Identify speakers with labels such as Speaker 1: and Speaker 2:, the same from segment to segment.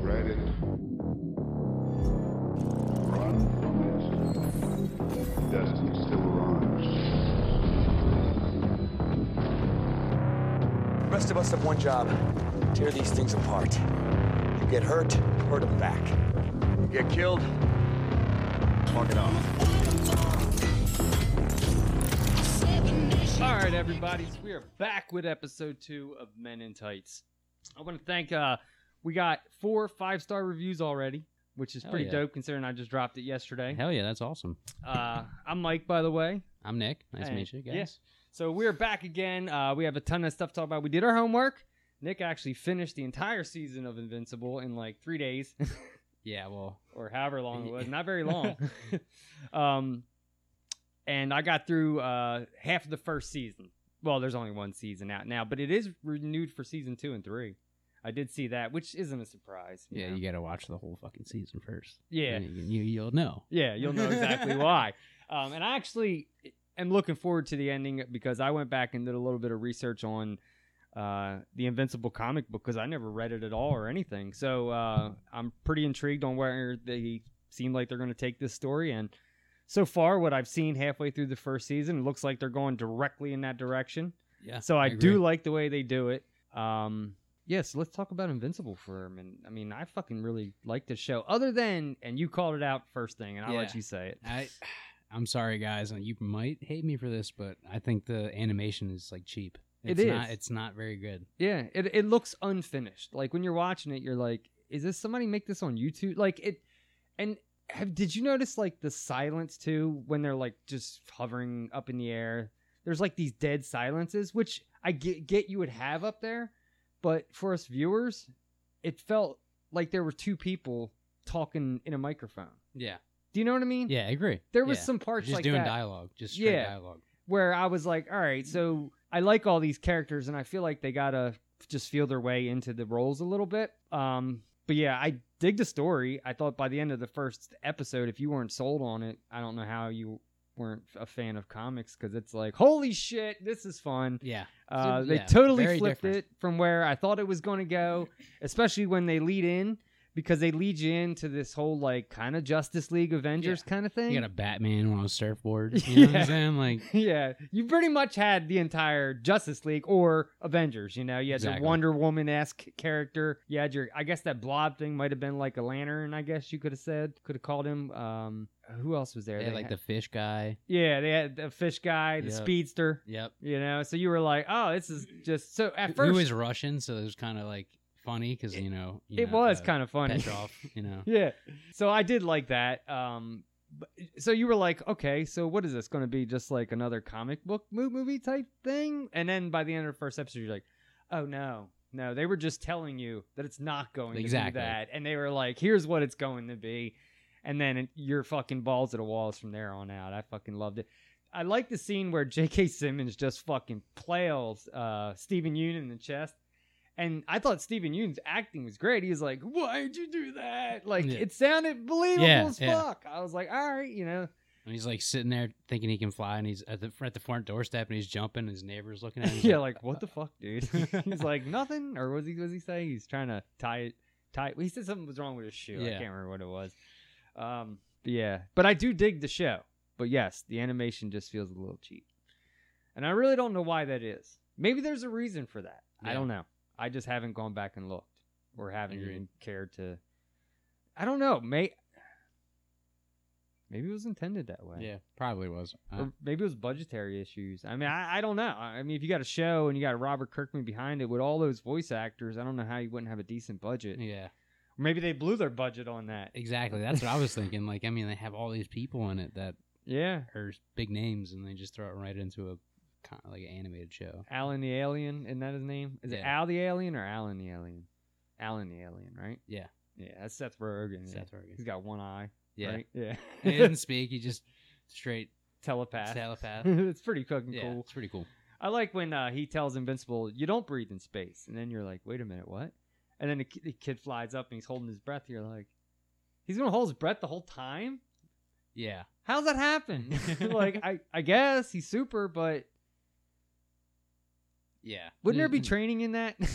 Speaker 1: Dread it. Run from it. Destiny still arrives.
Speaker 2: Rest of us have one job tear these things apart. You get hurt, hurt them back. You get killed, fuck it off.
Speaker 3: All right, everybody, so we are back with episode two of Men in Tights. I want to thank. uh We got four five star reviews already, which is
Speaker 4: Hell
Speaker 3: pretty
Speaker 4: yeah.
Speaker 3: dope considering I just dropped it yesterday.
Speaker 4: Hell yeah, that's awesome.
Speaker 3: Uh, I'm Mike, by the way.
Speaker 4: I'm Nick. Nice to meet you
Speaker 3: Hey,
Speaker 4: guys.
Speaker 3: yeah. So we're back again. Uh, we have a ton of stuff to talk about. We did our homework. Nick actually finished the entire season of Invincible in like three days,
Speaker 4: Yeah, well,
Speaker 3: or however long it was. Not very long. um, and I got through uh, half of the first season. Well, there's only one season out now, but it is renewed for season two and three. I did see that, which isn't a surprise. you
Speaker 4: yeah,
Speaker 3: know?
Speaker 4: you got to watch the whole fucking season first.
Speaker 3: yeah,
Speaker 4: Then You, you, will know.
Speaker 3: yeah. You'll know exactly why. Um, and I actually am looking forward to the ending because I went back and did a little bit of research on uh, the Invincible comic book because I never read it at all or anything. So uh, I'm pretty intrigued on where they seem like they're going to take this story. And so far, what I've seen halfway through the first season, it looks like they're going directly in that direction.
Speaker 4: Yeah.
Speaker 3: So I, do
Speaker 4: agree.
Speaker 3: like the way they do it. Um, yes, let's talk about Invincible for a minute. I mean, I fucking really like this show. Other than, and you called it out first thing, and I'll let
Speaker 4: Yeah.
Speaker 3: you say it.
Speaker 4: I, I'm sorry, guys. and You might hate me for this, but I think the animation is like cheap.
Speaker 3: It
Speaker 4: It's Not,
Speaker 3: is.
Speaker 4: it's not very good.
Speaker 3: Yeah, it it looks unfinished. Like when you're watching it, you're like, is this somebody make this on YouTube? Like it, and have did you notice like the silence too when they're like just hovering up in the air? There's like these dead silences, which I get, get you would have up there, but for us viewers, it felt like there were two people talking in a microphone.
Speaker 4: Yeah.
Speaker 3: Do you know what I mean?
Speaker 4: Yeah, I agree.
Speaker 3: There was
Speaker 4: Yeah.
Speaker 3: some parts
Speaker 4: just
Speaker 3: like
Speaker 4: doing
Speaker 3: that
Speaker 4: dialogue, just straight
Speaker 3: Yeah.
Speaker 4: dialogue.
Speaker 3: where I was like, all right, so I like all these characters, and I feel like they gotta just feel their way into the roles a little bit. Um, but yeah, I dig the story. I thought by the end of the first episode, if you weren't sold on it, I don't know how you weren't a fan of comics because it's like, holy shit, this is fun.
Speaker 4: Yeah.
Speaker 3: Uh,
Speaker 4: So,
Speaker 3: they
Speaker 4: yeah,
Speaker 3: totally
Speaker 4: very
Speaker 3: flipped
Speaker 4: different.
Speaker 3: it from where I thought it was going to go, especially when they lead in because they lead you into this whole like kind of Justice League Avengers kind of thing.
Speaker 4: You got a Batman on a surfboard. You know what
Speaker 3: Yeah.
Speaker 4: I'm saying? Like,
Speaker 3: yeah, you pretty much had the entire Justice League or Avengers. You know, you had
Speaker 4: Exactly.
Speaker 3: the Wonder Woman esque character. You had your, I guess that blob thing might have been like a lantern. I guess you could have said, could have called him. Um, who else was there?
Speaker 4: they had, like the fish guy.
Speaker 3: yeah, they had the fish guy, the
Speaker 4: Yeah.
Speaker 3: speedster.
Speaker 4: Yep.
Speaker 3: You know, so you were like, oh, this is just so. At
Speaker 4: Who
Speaker 3: first,
Speaker 4: was Russian, so it was kind of like funny because, you know. You
Speaker 3: it
Speaker 4: know,
Speaker 3: was
Speaker 4: uh,
Speaker 3: kind of funny.
Speaker 4: Petrov, you know.
Speaker 3: yeah. So I did like that. Um, but- so you were like, okay, so what is this going to be? Just like another comic book mo- movie type thing? And then by the end of the first episode, you're like, oh no, no, they were just telling you that it's not going to be
Speaker 4: Exactly.
Speaker 3: that, and they were like, here's what it's going to be, and then it, your fucking balls at the walls from there on out. I fucking loved it. I like the scene where J.K. Simmons just fucking plails uh, Stephen Yoon in the chest. And I thought Stephen Yoon's acting was great. He was like, "Why'd you do that?" Like
Speaker 4: Yeah.
Speaker 3: it sounded believable
Speaker 4: Yeah,
Speaker 3: as
Speaker 4: yeah.
Speaker 3: fuck. I was like, "All right, you know,
Speaker 4: And he's like sitting there thinking he can fly, and he's at the at the front doorstep, and he's jumping. And his neighbor's looking at him. he's
Speaker 3: yeah, like what the fuck, dude?" He's like, "Nothing," or was he was he saying he's trying to tie it? Tie? He said something was wrong with his shoe. I
Speaker 4: Yeah.
Speaker 3: can't remember what it was. Um, but yeah, but I do dig the show. But yes, the animation just feels a little cheap, and I really don't know why that is. Maybe there's a reason for that. I
Speaker 4: Yeah.
Speaker 3: don't know. I just haven't gone back and looked, or haven't
Speaker 4: Agreed.
Speaker 3: even cared to. I don't know. May maybe it was intended that way.
Speaker 4: yeah, probably was. Uh,
Speaker 3: Or maybe it was budgetary issues. I mean, I, I don't know. I mean, if you got a show and you got Robert Kirkman behind it with all those voice actors, I don't know how you wouldn't have a decent budget.
Speaker 4: yeah,
Speaker 3: Maybe they blew their budget on that.
Speaker 4: Exactly. That's what I was thinking. Like, I mean, they have all these people in it that
Speaker 3: Yeah.
Speaker 4: are big names, and they just throw it right into a con- like an animated show.
Speaker 3: Alan the Alien, isn't that his name? Is it
Speaker 4: Yeah.
Speaker 3: Al the Alien or Alan the Alien? Alan the Alien, right?
Speaker 4: Yeah.
Speaker 3: Yeah, that's Seth Rogen. yeah.
Speaker 4: Seth Rogen.
Speaker 3: He's got one eye.
Speaker 4: Yeah.
Speaker 3: right? Yeah.
Speaker 4: he didn't speak. He just straight
Speaker 3: telepath.
Speaker 4: telepath.
Speaker 3: it's pretty fucking
Speaker 4: Yeah,
Speaker 3: cool.
Speaker 4: it's pretty cool.
Speaker 3: I like when uh, he tells Invincible, "You don't breathe in space," and then you're like, "Wait a minute, what?" And then the, ki- the kid flies up and he's holding his breath. You're like, "He's gonna hold his breath the whole time?
Speaker 4: Yeah,
Speaker 3: How's that happen?" like, I I guess he's super, but
Speaker 4: yeah.
Speaker 3: wouldn't there be
Speaker 4: Mm, mm.
Speaker 3: training in that?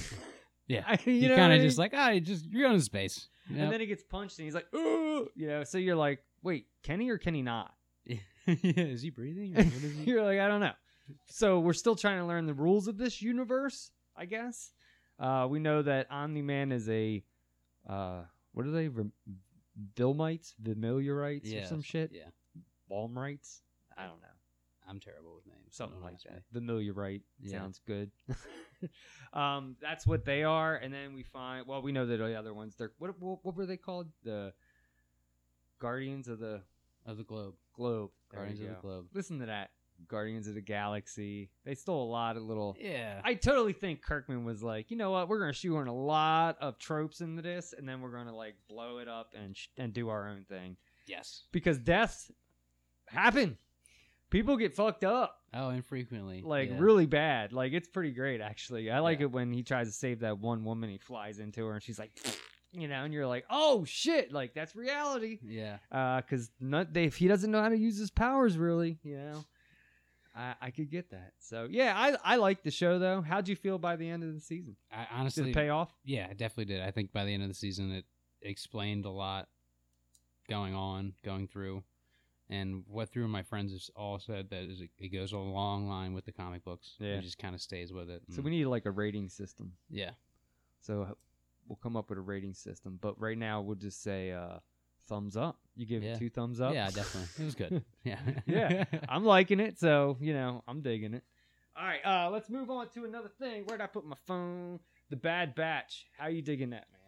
Speaker 4: Yeah.
Speaker 3: I- you
Speaker 4: You
Speaker 3: know
Speaker 4: kind
Speaker 3: what I
Speaker 4: of just
Speaker 3: mean?
Speaker 4: like, ah, you just you're going to space.
Speaker 3: And
Speaker 4: Yep.
Speaker 3: then he gets punched and he's like, "Ooh," you know. So you're like, "Wait, can he or can he not?"
Speaker 4: yeah, is he breathing? Or what is he?
Speaker 3: You're like, I don't know. So we're still trying to learn the rules of this universe, I guess. Uh, we know that Omni Man is a uh, what are they? Rem- Vilmites, Vimiliarites, or
Speaker 4: Yeah,
Speaker 3: some shit.
Speaker 4: Yeah,
Speaker 3: Balmrites. I don't know.
Speaker 4: I'm terrible with names.
Speaker 3: Something like
Speaker 4: Don't
Speaker 3: that. Vimiliarite
Speaker 4: Yeah.
Speaker 3: sounds good. um, that's what they are, and then we find. Well, we know that the other ones. They're what? What, what were they called? The Guardians of the
Speaker 4: Of the globe,
Speaker 3: Globe. There we
Speaker 4: Guardians of the
Speaker 3: go.
Speaker 4: globe.
Speaker 3: Listen to that. Guardians of the Galaxy. They stole a lot of little.
Speaker 4: Yeah,
Speaker 3: I totally think Kirkman was like, you know what? We're gonna shoehorn a lot of tropes into this, and then we're gonna like blow it up and sh- and do our own thing
Speaker 4: yes.
Speaker 3: because deaths happen. People get fucked up
Speaker 4: Oh, infrequently.
Speaker 3: like
Speaker 4: yeah.
Speaker 3: really bad. Like it's pretty great actually. I like
Speaker 4: Yeah.
Speaker 3: it when he tries to save that one woman. He flies into her and she's like, you know, and you're like, oh shit, like that's reality
Speaker 4: Yeah,
Speaker 3: because not Uh, they, if he doesn't know how to use his powers really, you know, I, I could get that. So yeah, I I like the show though. How'd you feel by the end of the season?
Speaker 4: I
Speaker 3: Did
Speaker 4: honestly,
Speaker 3: it pay off?
Speaker 4: yeah, I definitely did. I think by the end of the season, it explained a lot going on, going through, and what through my friends has all said that is it, it goes a long line with the comic books.
Speaker 3: Yeah.
Speaker 4: it just kind of stays with it.
Speaker 3: So
Speaker 4: and-
Speaker 3: we need like a rating system.
Speaker 4: yeah,
Speaker 3: So we'll come up with a rating system. But right now we'll just say uh, thumbs up. You give
Speaker 4: Yeah.
Speaker 3: it two thumbs up.
Speaker 4: yeah, definitely. It was good. Yeah,
Speaker 3: Yeah. I'm liking it, so you know I'm digging it. All right, uh, let's move on to another thing. Where'd I put my phone? The Bad Batch. How you digging that, man?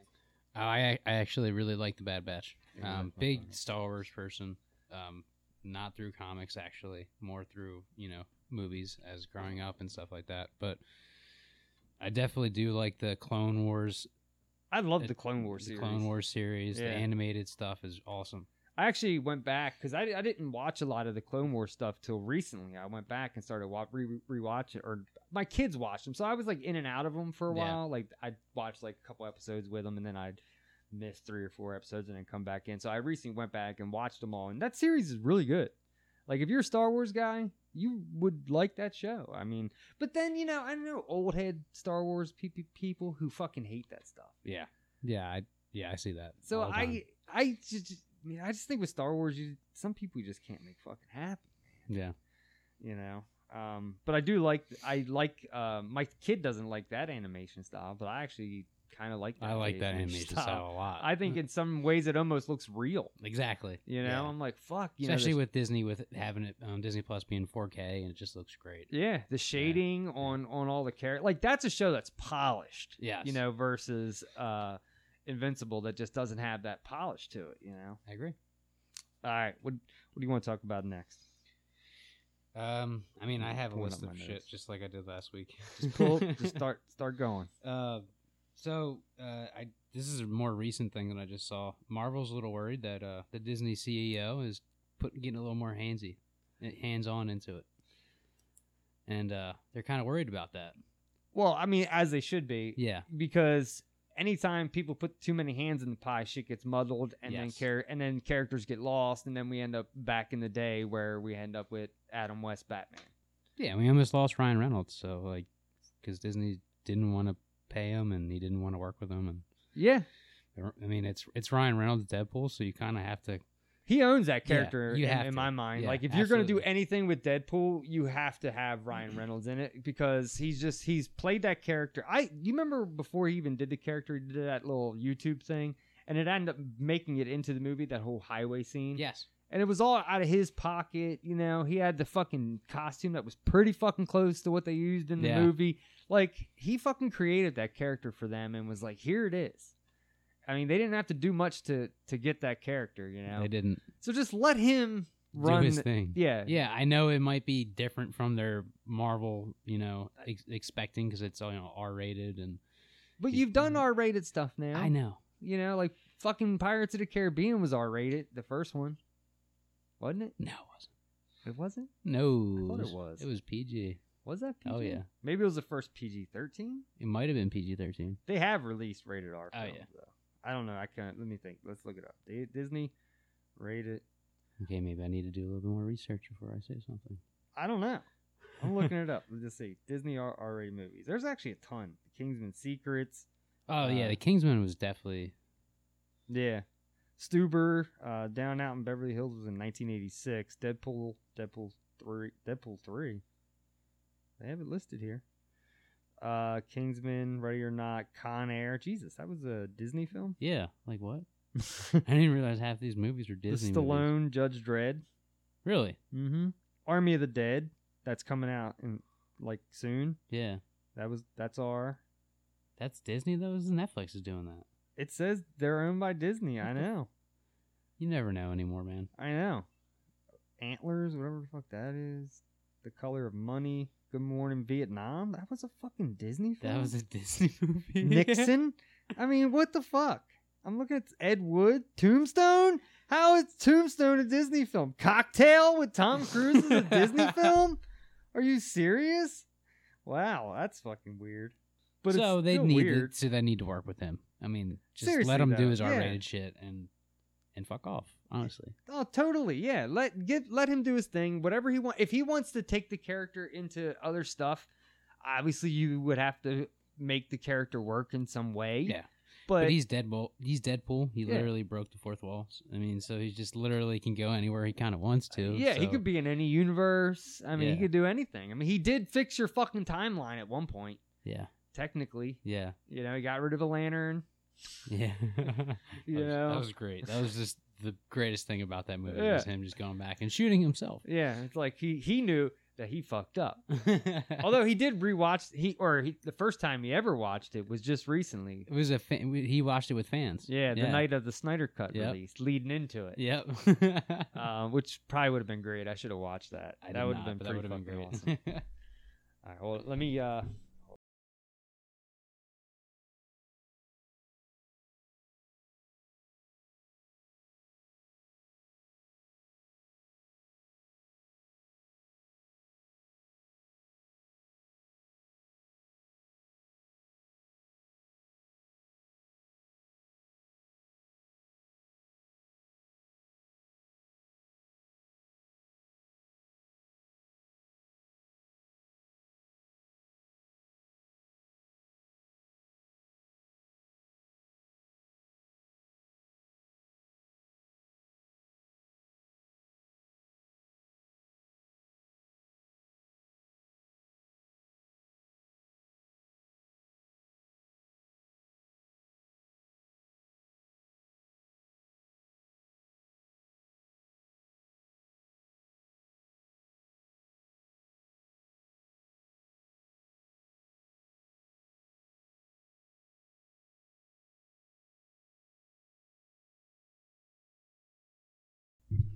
Speaker 4: Oh, I I actually really like the Bad Batch.
Speaker 3: Yeah,
Speaker 4: Um,
Speaker 3: that's
Speaker 4: big
Speaker 3: fine.
Speaker 4: Star Wars person. Um, not through comics actually, more through you know movies as growing up and stuff like that. But I definitely do like the Clone Wars.
Speaker 3: I love
Speaker 4: uh,
Speaker 3: the Clone Wars
Speaker 4: the
Speaker 3: series.
Speaker 4: Clone Wars series.
Speaker 3: Yeah.
Speaker 4: The animated stuff is awesome.
Speaker 3: I actually went back because I, I didn't watch a lot of the Clone War stuff till recently. I went back and started wa- re- rewatching, or my kids watched them, so I was like in and out of them for a
Speaker 4: Yeah.
Speaker 3: while. Like I would watch like a couple episodes with them, and then I'd miss three or four episodes and then come back in. So I recently went back and watched them all, and that series is really good. Like if you're a Star Wars guy, you would like that show. I mean, but then you know I know old head Star Wars pe- pe- people who fucking hate that stuff.
Speaker 4: Yeah, yeah, I yeah I see that.
Speaker 3: So
Speaker 4: all the time.
Speaker 3: I, I just, I mean, I just think with Star Wars, you some people you just can't make fucking happen,
Speaker 4: yeah
Speaker 3: you know. Um, but I do like, I like. Uh, my kid doesn't like that animation style, but I actually kind of like. That
Speaker 4: I like that animation style. a lot.
Speaker 3: I think in some ways it almost looks real.
Speaker 4: exactly.
Speaker 3: You know,
Speaker 4: Yeah.
Speaker 3: I'm like, fuck. You
Speaker 4: Especially
Speaker 3: know,
Speaker 4: with Disney with having it um, Disney Plus being 4K and it just looks great.
Speaker 3: the, yeah, the shading on on all the characters, like that's a show that's polished.
Speaker 4: Yes.
Speaker 3: you know, versus uh, Invincible that just doesn't have that polish to it. You know.
Speaker 4: I agree.
Speaker 3: All right, what what do you want to talk about next?
Speaker 4: Um, I mean, I
Speaker 3: I'm
Speaker 4: have a
Speaker 3: Mm, pulling
Speaker 4: list
Speaker 3: up
Speaker 4: of
Speaker 3: my notes.
Speaker 4: shit just like I did last week.
Speaker 3: Just pull, just start, start going.
Speaker 4: Uh, so uh, I this is a more recent thing that I just saw. Marvel's a little worried that uh, the Disney CEO is putting getting a little more handsy, hands on into it, and uh, they're kind of worried about that.
Speaker 3: Well, I mean, as they should be,
Speaker 4: Yeah,
Speaker 3: because anytime people put too many hands in the pie, shit gets muddled, and then
Speaker 4: Yes.
Speaker 3: char- and then characters get lost, and then we end up back in the day where we end up with Adam West Batman.
Speaker 4: yeah. We almost lost Ryan Reynolds, so like, because Disney didn't want to pay him and he didn't want to work with him, and er,
Speaker 3: Yeah,
Speaker 4: I mean, it's it's Ryan Reynolds Deadpool, so you kind of have to
Speaker 3: he owns that
Speaker 4: Yeah,
Speaker 3: character
Speaker 4: you
Speaker 3: in,
Speaker 4: have
Speaker 3: in
Speaker 4: to.
Speaker 3: my mind.
Speaker 4: Yeah,
Speaker 3: like, if you're going to do
Speaker 4: absolutely.
Speaker 3: anything with Deadpool, you have to have Ryan Reynolds in it because he's just he's played that character. I you remember before he even did the character, he did that little YouTube thing, and it ended up making it into the movie that whole highway scene.
Speaker 4: yes,
Speaker 3: and it was all out of his pocket. You know, he had the fucking costume that was pretty fucking close to what they used in the
Speaker 4: Yeah.
Speaker 3: movie. Like he fucking created that character for them and was like, "Here it is," I mean, they didn't have to do much to to get that character, you know.
Speaker 4: They didn't
Speaker 3: So just let him run.
Speaker 4: do his
Speaker 3: the-
Speaker 4: thing.
Speaker 3: Yeah,
Speaker 4: Yeah, I know it might be different from their Marvel, you know, ex- expecting because it's you know R rated and
Speaker 3: But you've done R-rated stuff now.
Speaker 4: Mm-hmm. I know.
Speaker 3: You know, like fucking Pirates of the Caribbean was R-rated, the first one, wasn't it?
Speaker 4: No, it wasn't.
Speaker 3: It wasn't.
Speaker 4: No,
Speaker 3: I thought it was.
Speaker 4: It was PG.
Speaker 3: Was that PG?
Speaker 4: Oh, yeah.
Speaker 3: Maybe it was the first PG-13.
Speaker 4: It might have been PG thirteen.
Speaker 3: They have released rated R.
Speaker 4: Oh,
Speaker 3: Films,
Speaker 4: yeah.
Speaker 3: Though. I don't know. I can't. Let me think. Let's look it up. Di- Disney rated.
Speaker 4: Okay, maybe I need to do a little bit more research before I say something.
Speaker 3: I don't know. I'm looking it up. Let's just see. Disney R- R-rated movies. There's actually a ton. The Kingsman Secrets.
Speaker 4: Oh yeah,
Speaker 3: Uh,
Speaker 4: the Kingsman was definitely
Speaker 3: Yeah. Stuber, uh, Down Out in Beverly Hills was in 1986. Deadpool, Deadpool 3. Deadpool 3. They have it listed here. Uh, Kingsman, Ready or Not, Con Air. Jesus, that was a Disney film?
Speaker 4: yeah. Like what?
Speaker 3: the
Speaker 4: I didn't realize half these movies were Disney.
Speaker 3: Stallone,
Speaker 4: movies.
Speaker 3: Judge Dredd.
Speaker 4: Really?
Speaker 3: Mm-hmm. Army of the Dead. That's coming out in like soon.
Speaker 4: Yeah.
Speaker 3: That was that's our.
Speaker 4: That's Disney though. Is Netflix is doing that?
Speaker 3: It says they're owned by Disney. I know.
Speaker 4: You never know anymore, man.
Speaker 3: I know. Antlers, whatever the fuck that is. The color of money. Good morning Vietnam. That was a fucking Disney film.
Speaker 4: That was a Disney movie.
Speaker 3: Nixon. I mean, what the fuck? I'm looking at Ed Wood, Tombstone. How is Tombstone a Disney film? Cocktail with Tom Cruise is a Disney film? Are you serious? Wow, that's fucking weird. But
Speaker 4: so
Speaker 3: it's
Speaker 4: they
Speaker 3: still
Speaker 4: need
Speaker 3: weird.
Speaker 4: To, so they need to work with him. I mean, just
Speaker 3: Seriously,
Speaker 4: let him
Speaker 3: though,
Speaker 4: do his
Speaker 3: yeah.
Speaker 4: R-rated shit and and fuck off. Honestly,
Speaker 3: Oh, totally. Yeah. Let get let him do his thing. Whatever he wants. If he wants to take the character into other stuff, obviously you would have to make the character work in some way.
Speaker 4: Yeah.
Speaker 3: But,
Speaker 4: but, he's Deadpool. He's Deadpool. He
Speaker 3: Yeah.
Speaker 4: literally broke the fourth wall. I mean, so he just literally can go anywhere he kind of wants to.
Speaker 3: yeah, he
Speaker 4: so-
Speaker 3: could be in any universe. I mean, he
Speaker 4: Yeah.
Speaker 3: could do anything. I mean, he did fix your fucking timeline at one point,
Speaker 4: Yeah,
Speaker 3: technically.
Speaker 4: yeah,
Speaker 3: You know, he got rid of a lantern.
Speaker 4: yeah. That
Speaker 3: You
Speaker 4: was-
Speaker 3: know.
Speaker 4: that was great. That was just the greatest thing about that movie was
Speaker 3: Yeah.
Speaker 4: him just going back and shooting himself.
Speaker 3: Yeah, it's like he he knew that he fucked up. Although he did rewatch he or he, the first time he ever watched it was just recently.
Speaker 4: it was a fan, he watched it with fans.
Speaker 3: Yeah, the night Uh, of the Snyder Cut
Speaker 4: Yep.
Speaker 3: release, leading into it.
Speaker 4: Yep.
Speaker 3: um, which probably would have been great. I should have watched that.
Speaker 4: I did
Speaker 3: that would have
Speaker 4: not,
Speaker 3: been
Speaker 4: but
Speaker 3: pretty
Speaker 4: that
Speaker 3: fucking
Speaker 4: would've been
Speaker 3: awesome.
Speaker 4: great.
Speaker 3: All right, well, let me. Uh,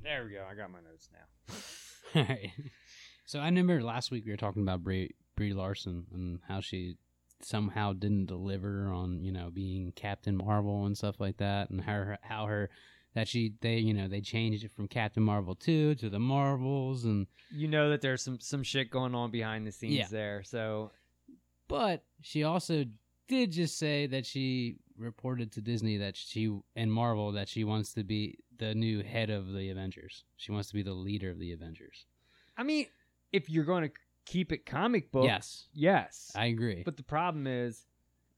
Speaker 3: there we go. I got my notes now.
Speaker 4: All right. So I remember last week we were talking about Brie Brie Larson and how she somehow didn't deliver on you know being Captain Marvel and stuff like that, and how her, how her that she they you know they changed it from Captain Marvel two to the Marvels, and
Speaker 3: You know that there's some some shit going on behind the scenes
Speaker 4: Yeah.
Speaker 3: there. So
Speaker 4: but she also did just say that she reported to Disney that she and Marvel that she wants to be the new head of the Avengers. She wants to be the leader of the Avengers.
Speaker 3: I mean, if you're going to keep it comic book,
Speaker 4: yes,
Speaker 3: yes.
Speaker 4: I agree.
Speaker 3: but the problem is,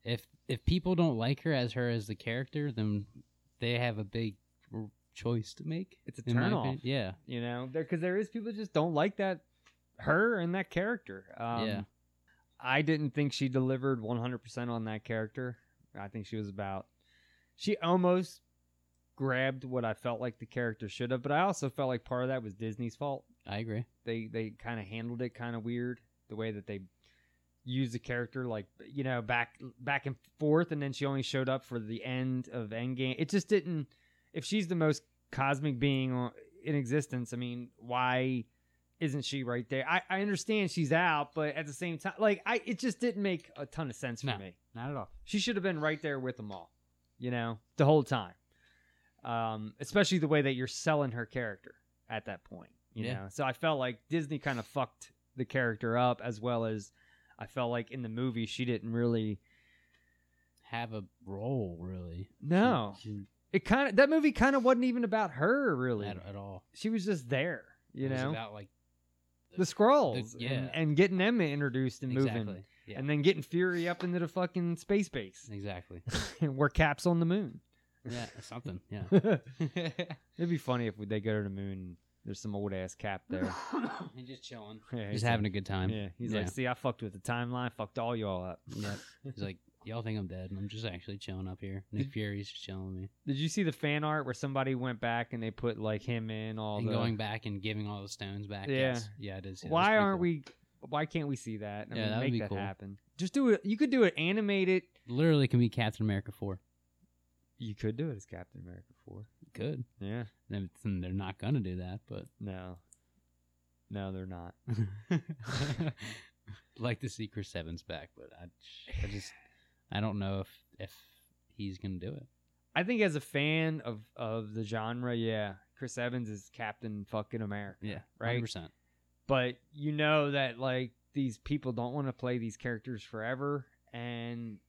Speaker 4: if if people don't like her as her as the character, then they have a big r- choice to make.
Speaker 3: It's a
Speaker 4: in my
Speaker 3: turnoff.
Speaker 4: opinion. Yeah,
Speaker 3: you know, there because there is people that just don't like that her and that character. Um,
Speaker 4: Yeah.
Speaker 3: I didn't think she delivered 100% on that character. I think she was about she almost grabbed what I felt like the character should have, but I also felt like part of that was Disney's fault.
Speaker 4: I agree.
Speaker 3: They they kind of handled it kind of weird the way that they used the character like you know back back and forth, and then she only showed up for the end of Endgame. It just didn't. If she's the most cosmic being on- in existence, I mean, why isn't she right there? I, I understand she's out, but at the same time, like I, it just didn't make a ton of sense for
Speaker 4: No.
Speaker 3: me.
Speaker 4: Not at all.
Speaker 3: She should have been right there with them all, you know, the whole time. Um, especially the way that you're selling her character at that point, you
Speaker 4: Yeah.
Speaker 3: know. So I felt like Disney kind of fucked the character up, as well as I felt like in the movie she didn't really.
Speaker 4: Have a role really.
Speaker 3: No,
Speaker 4: She-
Speaker 3: it kind of that movie kind of wasn't even about her
Speaker 4: she-
Speaker 3: really.
Speaker 4: at, at all.
Speaker 3: She was just there, you
Speaker 4: It was
Speaker 3: know,
Speaker 4: about like
Speaker 3: the scrolls,
Speaker 4: yeah.
Speaker 3: and, and getting them introduced and
Speaker 4: exactly.
Speaker 3: moving,
Speaker 4: Yeah.
Speaker 3: and then getting Fury up into the fucking space base,
Speaker 4: exactly.
Speaker 3: and where Cap's on the moon.
Speaker 4: Yeah, something. Yeah.
Speaker 3: It'd be funny if they go to the moon. and There's some old ass cap there.
Speaker 4: and just chilling.
Speaker 3: Yeah, he's
Speaker 4: Just having a good time.
Speaker 3: like- Yeah, he's like,
Speaker 4: Yeah.
Speaker 3: see, I fucked with the timeline, fucked all y'all up.
Speaker 4: Yep. He's like, y'all think I'm dead, and I'm just actually chilling up here. Nick Fury's just chilling with me.
Speaker 3: Did you see the fan art where somebody went back and they put like him in all
Speaker 4: and
Speaker 3: the?
Speaker 4: going back and giving all the stones back.
Speaker 3: Yeah.
Speaker 4: Yes. Yeah, it is.
Speaker 3: why aren't we? Why can't we see that? I
Speaker 4: Yeah,
Speaker 3: mean,
Speaker 4: that would
Speaker 3: make
Speaker 4: be
Speaker 3: that
Speaker 4: cool.
Speaker 3: happen. Just do it. You could do it animated.
Speaker 4: we? Literally can be Captain America 4.
Speaker 3: You could do it as Captain America four.
Speaker 4: Good.
Speaker 3: Yeah.
Speaker 4: Then then they're not going to do that, but
Speaker 3: No. No, they're not.
Speaker 4: like to see Chris Evans back, but I, I just, I don't know if, if he's going to do it.
Speaker 3: I think as a fan of of the genre, yeah, Chris Evans is Captain fucking America. right.
Speaker 4: 100%.
Speaker 3: but you know that like these people don't want to play these characters forever and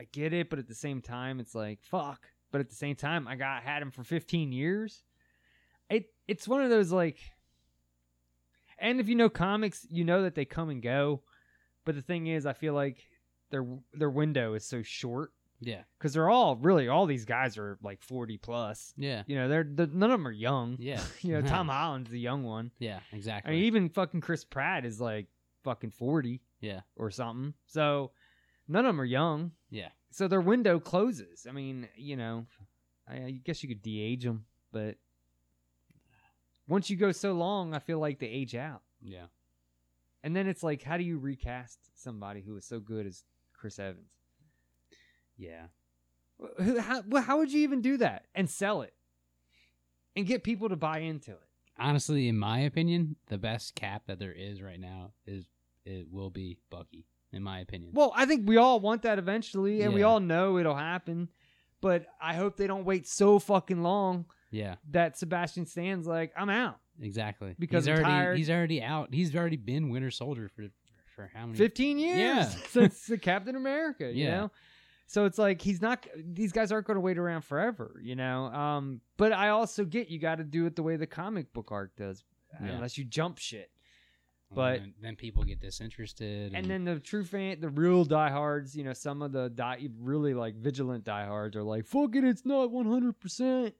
Speaker 3: i get it but at the same time it's like fuck but at the same time i got had him for 15 years it it's one of those like and if you know comics you know that they come and go but the thing is i feel like their their window is so short
Speaker 4: Yeah.
Speaker 3: because they're all really all these guys are like 40 plus
Speaker 4: Yeah.
Speaker 3: you know they're, they're none of them are young
Speaker 4: Yeah.
Speaker 3: you know
Speaker 4: No.
Speaker 3: tom holland's the young one
Speaker 4: Yeah,
Speaker 3: I
Speaker 4: exactly.
Speaker 3: mean, even fucking Chris Pratt is like fucking 40
Speaker 4: yeah.
Speaker 3: or something. So none of them are young.
Speaker 4: Yeah.
Speaker 3: So their window closes. I mean, you know, I, I guess you could de age them, but once you go so long, I feel like they age out.
Speaker 4: Yeah.
Speaker 3: And then it's like, how do you recast somebody who was so good as Chris Evans?
Speaker 4: Yeah.
Speaker 3: Wh- Who, how, wh- how would you even do that and sell it and get people to buy into it?
Speaker 4: Honestly, in my opinion, the best cap that there is right now is it will be Bucky, in my opinion.
Speaker 3: Well, I think we all want that eventually, and we
Speaker 4: Yeah.
Speaker 3: all know it'll happen. But I hope they don't wait so fucking long
Speaker 4: yeah,
Speaker 3: that Sebastian Stan's like, I'm out.
Speaker 4: exactly.
Speaker 3: Because
Speaker 4: he's
Speaker 3: I'm
Speaker 4: already
Speaker 3: tired.
Speaker 4: he's already out. He's already been Winter Soldier for for how many?
Speaker 3: 15 years
Speaker 4: Mm. Yeah.
Speaker 3: since the Captain America, you
Speaker 4: Yeah.
Speaker 3: know? So it's like he's not these guys aren't going to wait around forever, you know. Um but I also get you got to do it the way the comic book arc does
Speaker 4: Yeah.
Speaker 3: unless you jump shit.
Speaker 4: And
Speaker 3: but-
Speaker 4: then, then people get disinterested.
Speaker 3: And then the true fan, the real diehards, you know, some of the die, really like vigilant diehards are like, fuck it, it's not 100%.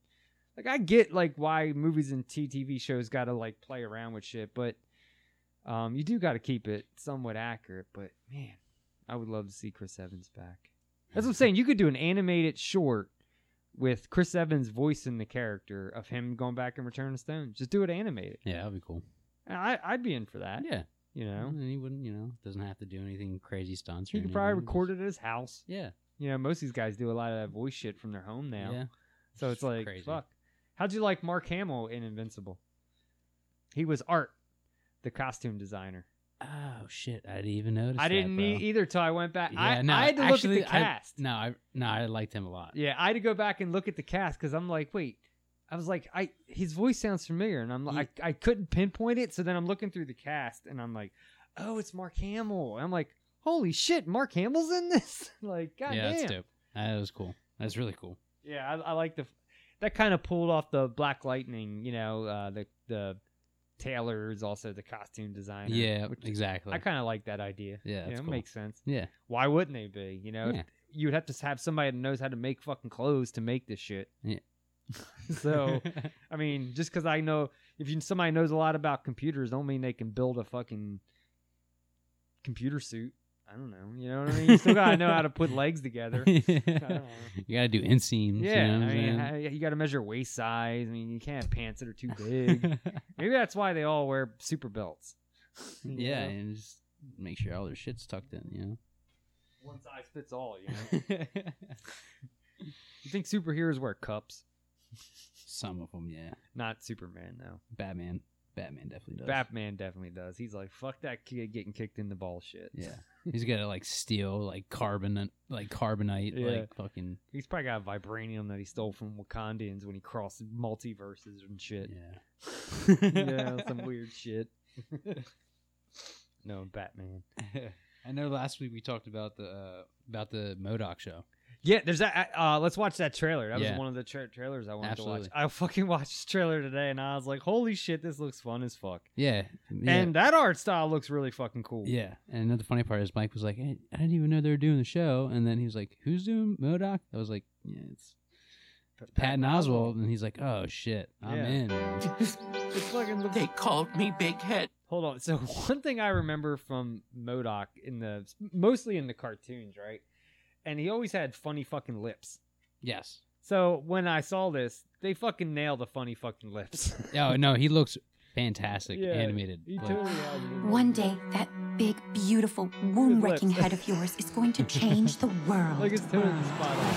Speaker 3: Like, I get like why movies and T TV shows got to like play around with shit, but um, you do got to keep it somewhat accurate. But man, I would love to see Chris Evans back. That's what I'm saying. You could do an animated short with Chris Evans voicing the character of him going back and returning the stone. Just do it animated.
Speaker 4: yeah, that'd be cool.
Speaker 3: And I, I'd be in for that,
Speaker 4: Yeah, Mm-hmm.
Speaker 3: you know?
Speaker 4: and he wouldn't, you know, doesn't have to do anything crazy stunts.
Speaker 3: He
Speaker 4: or
Speaker 3: could probably
Speaker 4: anything.
Speaker 3: record it at his house.
Speaker 4: Yeah,
Speaker 3: You know, most of these guys do a lot of that voice shit from their home now.
Speaker 4: yeah.
Speaker 3: So it's like,
Speaker 4: Crazy.
Speaker 3: fuck. How'd you like Mark Hamill in Invincible? He was Art, the costume designer.
Speaker 4: Oh shit, I didn't even notice.
Speaker 3: I didn't e-,
Speaker 4: that,
Speaker 3: need
Speaker 4: bro.
Speaker 3: either till I went back. I,
Speaker 4: Yeah, no,
Speaker 3: I had to
Speaker 4: actually,
Speaker 3: look at the
Speaker 4: I-
Speaker 3: cast.
Speaker 4: no, I no, I liked him a lot.
Speaker 3: Yeah, I had to go back and look at the cast because I'm like, wait. I was like, I his voice sounds familiar, and I'm like, I, I couldn't pinpoint it. So then I'm looking through the cast, and I'm like, oh, it's Mark Hamill. And I'm like, holy shit, Mark Hamill's in this. like, goddamn.
Speaker 4: yeah, that's dope. That was cool. That's really cool.
Speaker 3: Yeah, I, I like the that kind of pulled off the Black Lightning. You know, uh, the the tailors also the costume designer.
Speaker 4: Yeah,
Speaker 3: which is-
Speaker 4: exactly.
Speaker 3: I kind of like that idea.
Speaker 4: yeah,
Speaker 3: you
Speaker 4: that's
Speaker 3: know,
Speaker 4: cool.
Speaker 3: makes sense.
Speaker 4: yeah,
Speaker 3: Why wouldn't they be? You know,
Speaker 4: Yeah.
Speaker 3: you'd have to have somebody that knows how to make fucking clothes to make this shit.
Speaker 4: Yeah.
Speaker 3: so I mean, just because I know if you somebody knows a lot about computers, don't mean they can build a fucking computer suit. I don't know. You know what I mean? You still gotta know how to put legs together. know.
Speaker 4: you gotta do inseams.
Speaker 3: Yeah,
Speaker 4: you know
Speaker 3: I
Speaker 4: what
Speaker 3: mean,
Speaker 4: I'm
Speaker 3: how- you got to measure waist size. I mean, you can't have pants that are too
Speaker 4: saying?
Speaker 3: big. Maybe that's why they all wear super belts. You
Speaker 4: yeah,
Speaker 3: know?
Speaker 4: and just make sure all their shit's tucked in. You know.
Speaker 3: One size fits all, you know. you think superheroes wear cups?
Speaker 4: Some of them, yeah.
Speaker 3: Not Superman, no.
Speaker 4: Batman, Batman definitely does.
Speaker 3: Batman definitely does. He's like, fuck that kid getting kicked in the ball shit.
Speaker 4: Yeah, he's got to like steal like carbon, like carbonite,
Speaker 3: Yeah.
Speaker 4: like fucking
Speaker 3: He's probably got vibranium that he stole from Wakandians when he crossed multiverses and shit.
Speaker 4: yeah.
Speaker 3: yeah, some weird shit. no, Batman.
Speaker 4: I know. Last week we talked about the uh, about the Modoc show.
Speaker 3: Yeah, there's that. Uh, let's watch that trailer. That
Speaker 4: Yeah.
Speaker 3: was one of the tra- trailers I wanted
Speaker 4: Absolutely.
Speaker 3: to watch. I fucking watched this trailer today, and I was like, "Holy shit, this looks fun as fuck!"
Speaker 4: Yeah, yeah.
Speaker 3: And that art style looks really fucking cool.
Speaker 4: Yeah, and another funny part is Mike was like, hey, "I didn't even know they were doing the show," and then he was like, "Who's doing Modoc?" I was like, "Yeah, it's
Speaker 3: Pat-
Speaker 4: Patton Oswald," and he's like, "Oh shit, I'm
Speaker 3: Yeah.
Speaker 4: in." man."
Speaker 3: It fucking looks-
Speaker 5: They called me Big Head.
Speaker 3: Hold on. So one thing I remember from Modoc in the mostly in the cartoons, right? And he always had funny fucking lips.
Speaker 4: yes.
Speaker 3: So when I saw this, they fucking nailed the funny fucking lips.
Speaker 4: Oh no, he looks fantastic
Speaker 3: Yeah,
Speaker 4: animated.
Speaker 3: he
Speaker 4: Like,
Speaker 3: totally has it.
Speaker 6: One day, that big, beautiful, wound wrecking head of yours is going to change the world.
Speaker 3: Like it's totally spot on.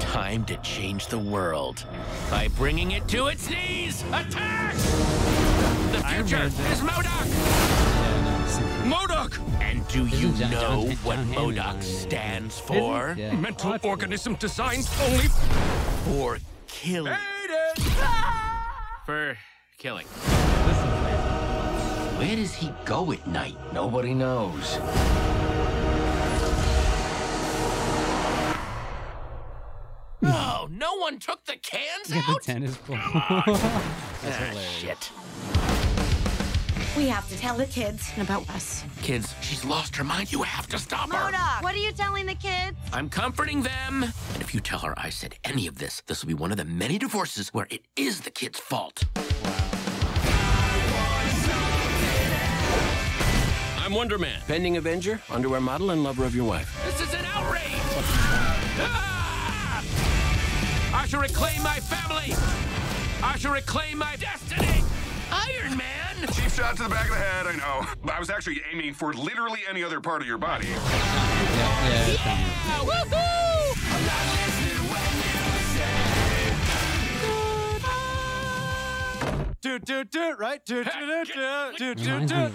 Speaker 5: Time to change the world by bringing it to its knees. Attack! The future is Modoc. Modoc. And do you
Speaker 4: Isn't John-
Speaker 5: know
Speaker 4: John-
Speaker 5: what
Speaker 4: John Hammond on
Speaker 5: Modoc
Speaker 4: it?
Speaker 5: stands for?
Speaker 4: Yeah.
Speaker 5: Mental organism designed only for killing. Ah! For killing. Where does he go at night? Nobody knows. No, Oh, no one took the cans
Speaker 4: the
Speaker 5: out.
Speaker 4: tennis ball. That's
Speaker 5: Ah,
Speaker 4: hilarious.
Speaker 5: shit.
Speaker 6: We have to tell the kids about us.
Speaker 5: Kids, she's lost her mind. You have to stop her.
Speaker 6: what are you telling the kids?
Speaker 5: I'm comforting them. And if you tell her I said any of this, this will be one of the many divorces where it is the kid's fault.
Speaker 7: I'm Wonder Man. Pending Avenger, underwear model, and lover of your wife.
Speaker 5: This is an outrage! Ah! I shall reclaim my family! I shall reclaim my destiny! Iron Man!
Speaker 1: Cheap shot to the back of the head, I know. But I was actually aiming for literally any other part of your body.
Speaker 4: Yeah, that's John Hammond.
Speaker 5: Yeah, woohoo! I'm not listening when you say goodbye.
Speaker 8: Dude, dude, dude, right? Dude, dude, dude, dude, dude,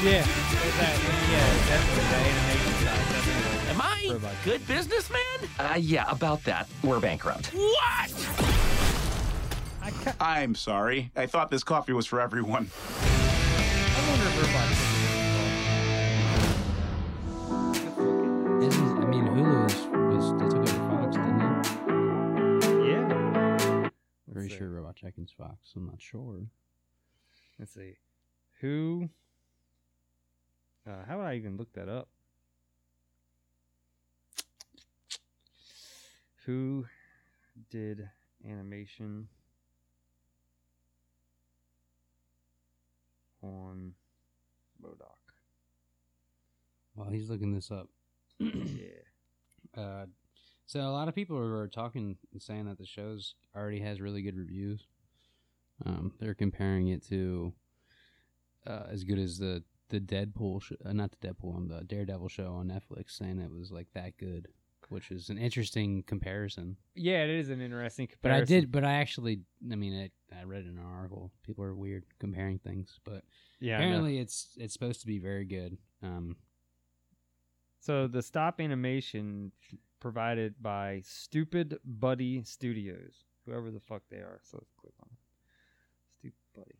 Speaker 4: Reminds me of
Speaker 8: dude.
Speaker 4: uh, that.
Speaker 3: Yeah. yeah, definitely the animation side. Definitely.
Speaker 5: Am I
Speaker 3: Robot.
Speaker 5: good businessman?
Speaker 8: Uh, yeah, about that. We're bankrupt.
Speaker 5: What?
Speaker 9: I'm sorry. I thought this coffee was for everyone.
Speaker 3: I wonder if everybody.
Speaker 4: Isn't- I mean, Hulu was, was they took over Fox, didn't they?
Speaker 3: Yeah.
Speaker 4: Pretty
Speaker 3: see.
Speaker 4: sure Robot Chicken's Fox. I'm not sure.
Speaker 3: Let's see. Who? Uh, how would I even look that up? Who did animation on Modoc?
Speaker 4: Well, he's looking this up.
Speaker 3: yeah.
Speaker 4: Uh, so a lot of people are talking and saying that the show's already has really good reviews. Um, they're comparing it to uh, as good as the the Deadpool, sh- uh, not the Deadpool, um, the Daredevil show on Netflix, saying it was like that good, which is an interesting comparison.
Speaker 3: Yeah, it is an interesting
Speaker 4: But I
Speaker 3: comparison.
Speaker 4: did, but I actually, I mean, it, I read it in an article. People are weird comparing things, but
Speaker 3: Yeah. I know.
Speaker 4: apparently it's it's supposed to be very good. Um,
Speaker 3: So the stop animation provided by Stupid Buddy Studios, whoever the fuck they are. So let's click on it. Stupid Buddy.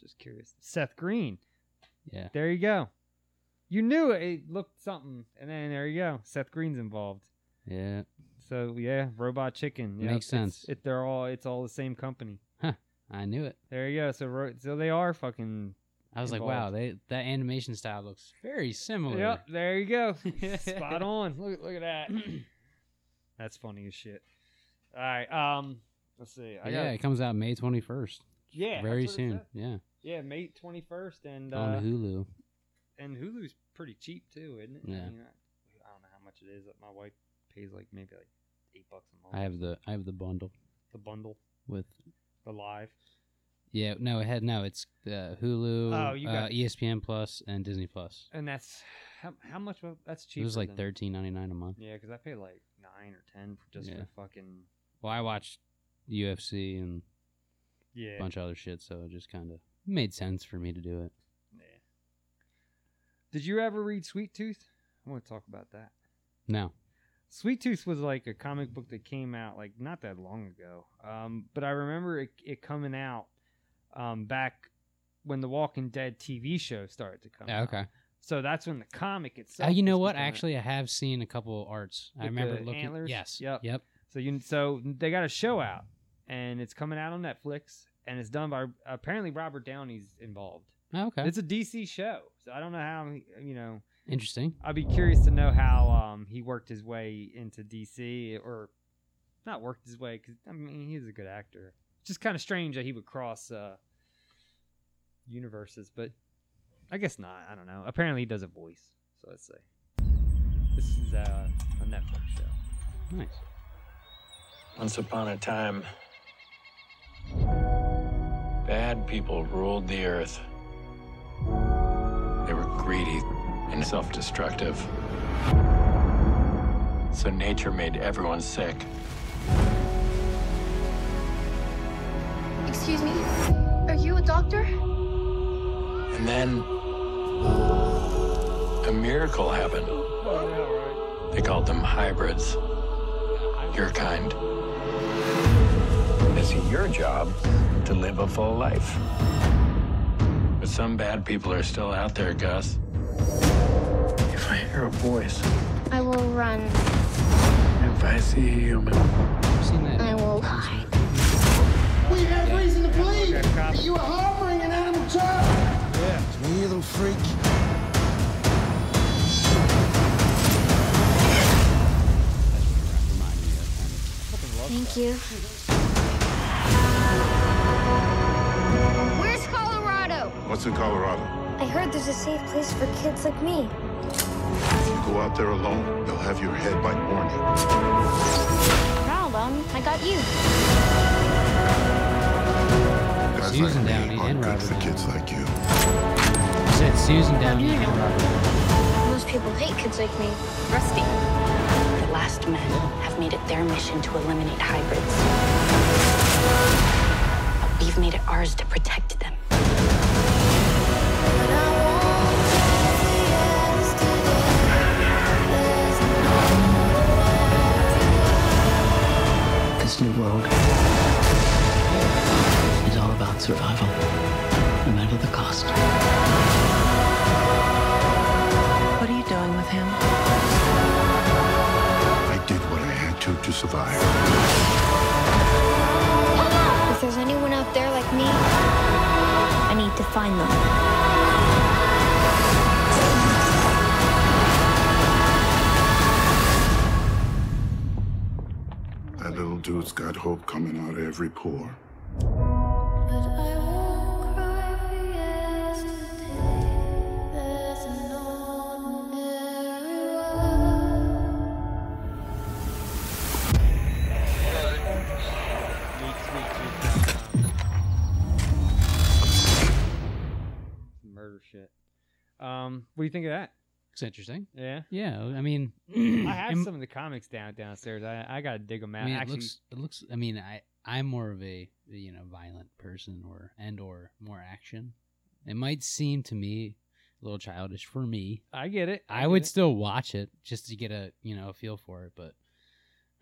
Speaker 3: Just curious. Seth Green.
Speaker 4: yeah,
Speaker 3: There you go. You knew it, it looked something, and then there you go. Seth Green's involved.
Speaker 4: yeah.
Speaker 3: So yeah, Robot Chicken. Yep,
Speaker 4: Makes
Speaker 3: it's-
Speaker 4: sense.
Speaker 3: It, they're all. It's all the same company.
Speaker 4: I knew it.
Speaker 3: There you go. So ro- so they are fucking.
Speaker 4: I was like, wow,
Speaker 3: involved.
Speaker 4: they, that animation style looks very similar.
Speaker 3: Yep. There you go. Spot on. Look look at that. That's funny as shit. All right. Um. Let's see. I
Speaker 4: yeah,
Speaker 3: got
Speaker 4: it comes out May 21st.
Speaker 3: Yeah, that's
Speaker 4: very
Speaker 3: what it
Speaker 4: soon.
Speaker 3: said.
Speaker 4: Yeah,
Speaker 3: Yeah, May twenty first, and uh,
Speaker 4: on Hulu.
Speaker 3: and Hulu's pretty cheap too, isn't it? I,
Speaker 4: Yeah.
Speaker 3: mean, I, I don't know how much it is. My wife pays like maybe like eight bucks a month.
Speaker 4: I have the I have the bundle
Speaker 3: the bundle,
Speaker 4: with
Speaker 3: the live.
Speaker 4: Yeah, no, it had no. It's uh, Hulu,
Speaker 3: Oh, you
Speaker 4: uh,
Speaker 3: got-
Speaker 4: ESPN Plus, and Disney Plus.
Speaker 3: And that's how, how much? Of, that's cheap.
Speaker 4: It was like thirteen ninety nine a month.
Speaker 3: Yeah, because I paid like nine or ten for just
Speaker 4: Yeah.
Speaker 3: for fucking.
Speaker 4: Well, I watched UFC and
Speaker 3: Yeah.
Speaker 4: a bunch of other shit, so it just kind of made sense for me to do it.
Speaker 3: Did you ever read Sweet Tooth? I want to talk about that.
Speaker 4: No,
Speaker 3: Uh-huh. Sweet Tooth was like a comic book that came out like not that long ago. Um, but I remember it, it coming out um, back when the Walking Dead TV show started to come
Speaker 4: Yeah,
Speaker 3: out.
Speaker 4: okay.
Speaker 3: So that's when the comic
Speaker 4: Oh,
Speaker 3: itself.
Speaker 4: you know
Speaker 3: was
Speaker 4: what?
Speaker 3: becoming-
Speaker 4: Actually, I have seen a couple arts. I
Speaker 3: With
Speaker 4: remember
Speaker 3: the
Speaker 4: looking.
Speaker 3: antlers?
Speaker 4: Yes.
Speaker 3: Yep.
Speaker 4: Yep.
Speaker 3: So you so they got a show out and it's coming out on Netflix and it's done by apparently Robert Downey's involved.
Speaker 4: Oh, okay.
Speaker 3: It's a DC show, so I don't know how you know.
Speaker 4: Interesting.
Speaker 3: I'd be curious to know how um, he worked his way into DC, or not worked his way because I mean he's a good actor. It's just kind of strange that he would cross uh, universes, but I guess not. I don't know. Apparently he does a voice, so let's say this is uh, a Netflix show.
Speaker 4: Nice.
Speaker 10: Once upon a time, bad people ruled the earth. They were greedy and self destructive. So nature made everyone sick.
Speaker 11: Excuse me, are you a doctor?
Speaker 10: And then a miracle happened. They called them hybrids. Your kind. It's your job to live a full life. But some bad people are still out there, Gus. If I hear a voice,
Speaker 11: I will run.
Speaker 10: if I see a human,
Speaker 11: I will hide.
Speaker 12: We have reason to believe
Speaker 10: Okay, copy.
Speaker 12: that you are harboring an animal child.
Speaker 10: yeah.
Speaker 12: You little freak.
Speaker 11: Thank you. Where's Colorado?
Speaker 13: What's in Colorado?
Speaker 11: I heard there's a safe place for kids like me.
Speaker 13: If you go out there alone, they'll have your head by morning.
Speaker 11: Now, Mom, I got you.
Speaker 13: Guys
Speaker 4: Susan
Speaker 13: like me
Speaker 4: Downey and
Speaker 13: aren't good
Speaker 4: Robert
Speaker 13: for kids like you.
Speaker 4: You said Susan Downey.
Speaker 11: You know, most people hate kids like me. Rusty.
Speaker 14: The last men have made it their mission to eliminate hybrids. But we've made it ours to protect them.
Speaker 15: This new world is all about survival, no matter the cost.
Speaker 16: What are you doing with him?
Speaker 13: I did what I had to to survive.
Speaker 11: If there's anyone out there like me, I need to find them.
Speaker 13: That little dude's got hope coming out of every pore.
Speaker 3: Murder shit. Um, what do you think of that?
Speaker 4: It's interesting.
Speaker 3: Yeah.
Speaker 4: Yeah. I mean,
Speaker 3: I have
Speaker 4: Im-
Speaker 3: some of the comics down downstairs. I, I gotta dig them out.
Speaker 4: I mean, it
Speaker 3: Actually,
Speaker 4: looks. It looks. I mean, I I'm more of a you know violent person or and or more action. It might seem to me a little childish for me.
Speaker 3: I get it.
Speaker 4: I, would still watch it just to get a you know a feel for it, but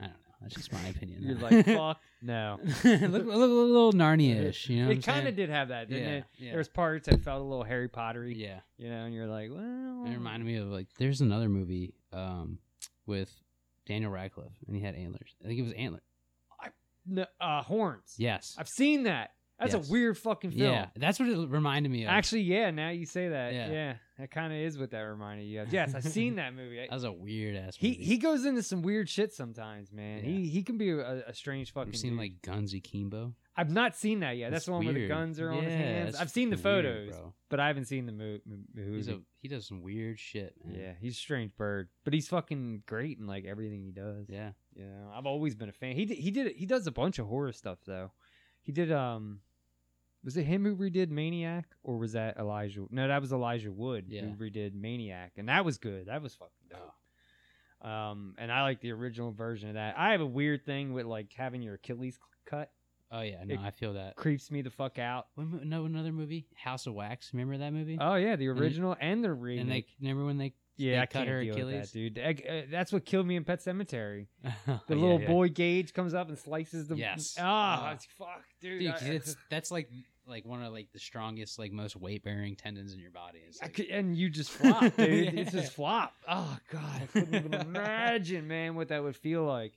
Speaker 4: I don't know. That's just my opinion.
Speaker 3: You're like, fuck no.
Speaker 4: look, look, a little Narnia-ish. You know,
Speaker 3: it kind of did have that, didn't
Speaker 4: Yeah,
Speaker 3: it?
Speaker 4: yeah.
Speaker 3: There was parts that felt a little Harry Pottery.
Speaker 4: Yeah.
Speaker 3: You know, and you're like, well.
Speaker 4: It reminded me of like there's another movie um with Daniel Radcliffe and he had antlers. I think it was antler.
Speaker 3: No, uh, horns.
Speaker 4: Yes.
Speaker 3: I've seen that. That's
Speaker 4: Yes.
Speaker 3: a weird fucking film.
Speaker 4: Yeah, that's what it reminded me of.
Speaker 3: Actually, yeah. Now you say that,
Speaker 4: Yeah.
Speaker 3: yeah, that kind of is what that reminded you of. Yes, I've seen that movie. I-
Speaker 4: that was a weird ass.
Speaker 3: he he goes into some weird shit sometimes, man. He he can be a, a strange fucking.
Speaker 4: I've seen
Speaker 3: dude.
Speaker 4: like Gunsy Kimbo.
Speaker 3: I've not seen that yet. That's,
Speaker 4: That's
Speaker 3: the one where the
Speaker 4: weird.
Speaker 3: guns are on his
Speaker 4: Yeah,
Speaker 3: hands.
Speaker 4: that's
Speaker 3: I've seen the
Speaker 4: fucking weird,
Speaker 3: photos,
Speaker 4: bro.
Speaker 3: but I haven't seen the mo- mo- movie.
Speaker 4: He's a, he does some weird shit. Man.
Speaker 3: Yeah, he's a strange bird, but he's fucking great in like everything he does.
Speaker 4: Yeah,
Speaker 3: you know, I've always been a fan. He did, he did he does a bunch of horror stuff though. He did um, Was it him who redid Maniac, or was that Elijah? No, that was Elijah Wood
Speaker 4: Yeah.
Speaker 3: who redid Maniac, and that was good. That was fucking dope. Um, and I like the original version of that. I have a weird thing with like having your Achilles c- cut.
Speaker 4: Oh yeah, no,
Speaker 3: It
Speaker 4: I feel that.
Speaker 3: Creeps me the fuck out.
Speaker 4: One mo- No, another movie, House of Wax. Remember that movie?
Speaker 3: Oh yeah, the
Speaker 4: And-
Speaker 3: original and, the
Speaker 4: And,
Speaker 3: remake.
Speaker 4: they remember when they
Speaker 3: yeah,
Speaker 4: they
Speaker 3: I
Speaker 4: cut
Speaker 3: can't
Speaker 4: her
Speaker 3: deal
Speaker 4: Achilles. Oh,
Speaker 3: with that, dude. I- uh, that's what killed me in Pet Cemetery.
Speaker 4: The
Speaker 3: The little boy Gage comes up and slices the
Speaker 4: Yes.
Speaker 3: Ah,
Speaker 4: Ah.
Speaker 3: it's- fuck, dude.
Speaker 4: Dude,
Speaker 3: I-
Speaker 4: 'cause it's, that's like like one of like the strongest, like most weight bearing tendons in your body. It's
Speaker 3: I
Speaker 4: like,
Speaker 3: could, and you just flop, dude. It's
Speaker 4: Yeah.
Speaker 3: just flop. Oh god, I couldn't even imagine, man, what that would feel like.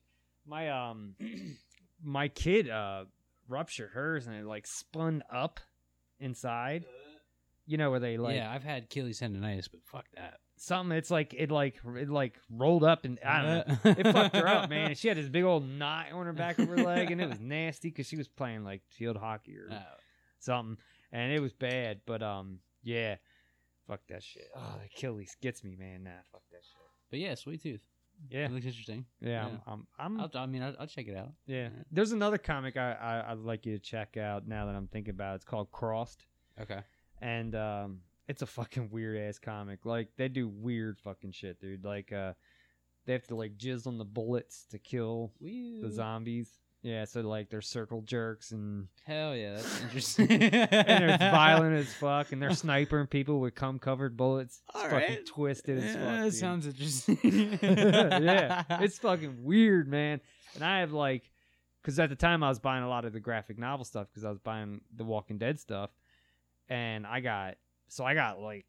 Speaker 3: My um, my kid uh ruptured hers and it like spun up inside. You know where they like
Speaker 4: yeah, I've had Achilles tendonitis, but fuck that.
Speaker 3: something. It's like it like it like rolled up and I don't know. It fucked her up, man. And She had this big old knot on her back of her leg, and it was nasty because she was playing like field hockey
Speaker 4: Uh,
Speaker 3: or something, and it was bad. But um, yeah, fuck that shit. Oh, Achilles gets me, man. Nah, fuck that shit.
Speaker 4: But yeah, sweet tooth.
Speaker 3: Yeah.
Speaker 4: it looks interesting.
Speaker 3: Yeah, I'm, I'm, I'm
Speaker 4: I'll, I mean, I'll, I'll check it out.
Speaker 3: yeah. There's another comic I, I I'd like you to check out now that I'm thinking about. it. It's called Crossed.
Speaker 4: Okay.
Speaker 3: and um, it's a fucking weird ass comic. Like they do weird fucking shit, dude. Like uh, they have to like jizz on the bullets to kill
Speaker 4: Woo.
Speaker 3: the zombies. Yeah, so like they're circle jerks and
Speaker 4: Hell yeah, that's interesting.
Speaker 3: and they're violent as fuck, and they're sniping people with cum covered bullets. It's
Speaker 4: All
Speaker 3: fucking
Speaker 4: right.
Speaker 3: twisted as fuck.
Speaker 4: Yeah, that
Speaker 3: dude.
Speaker 4: sounds interesting.
Speaker 3: yeah, it's fucking weird, man. And I have like, because at the time I was buying a lot of the graphic novel stuff because I was buying the Walking Dead stuff, and I got so I got like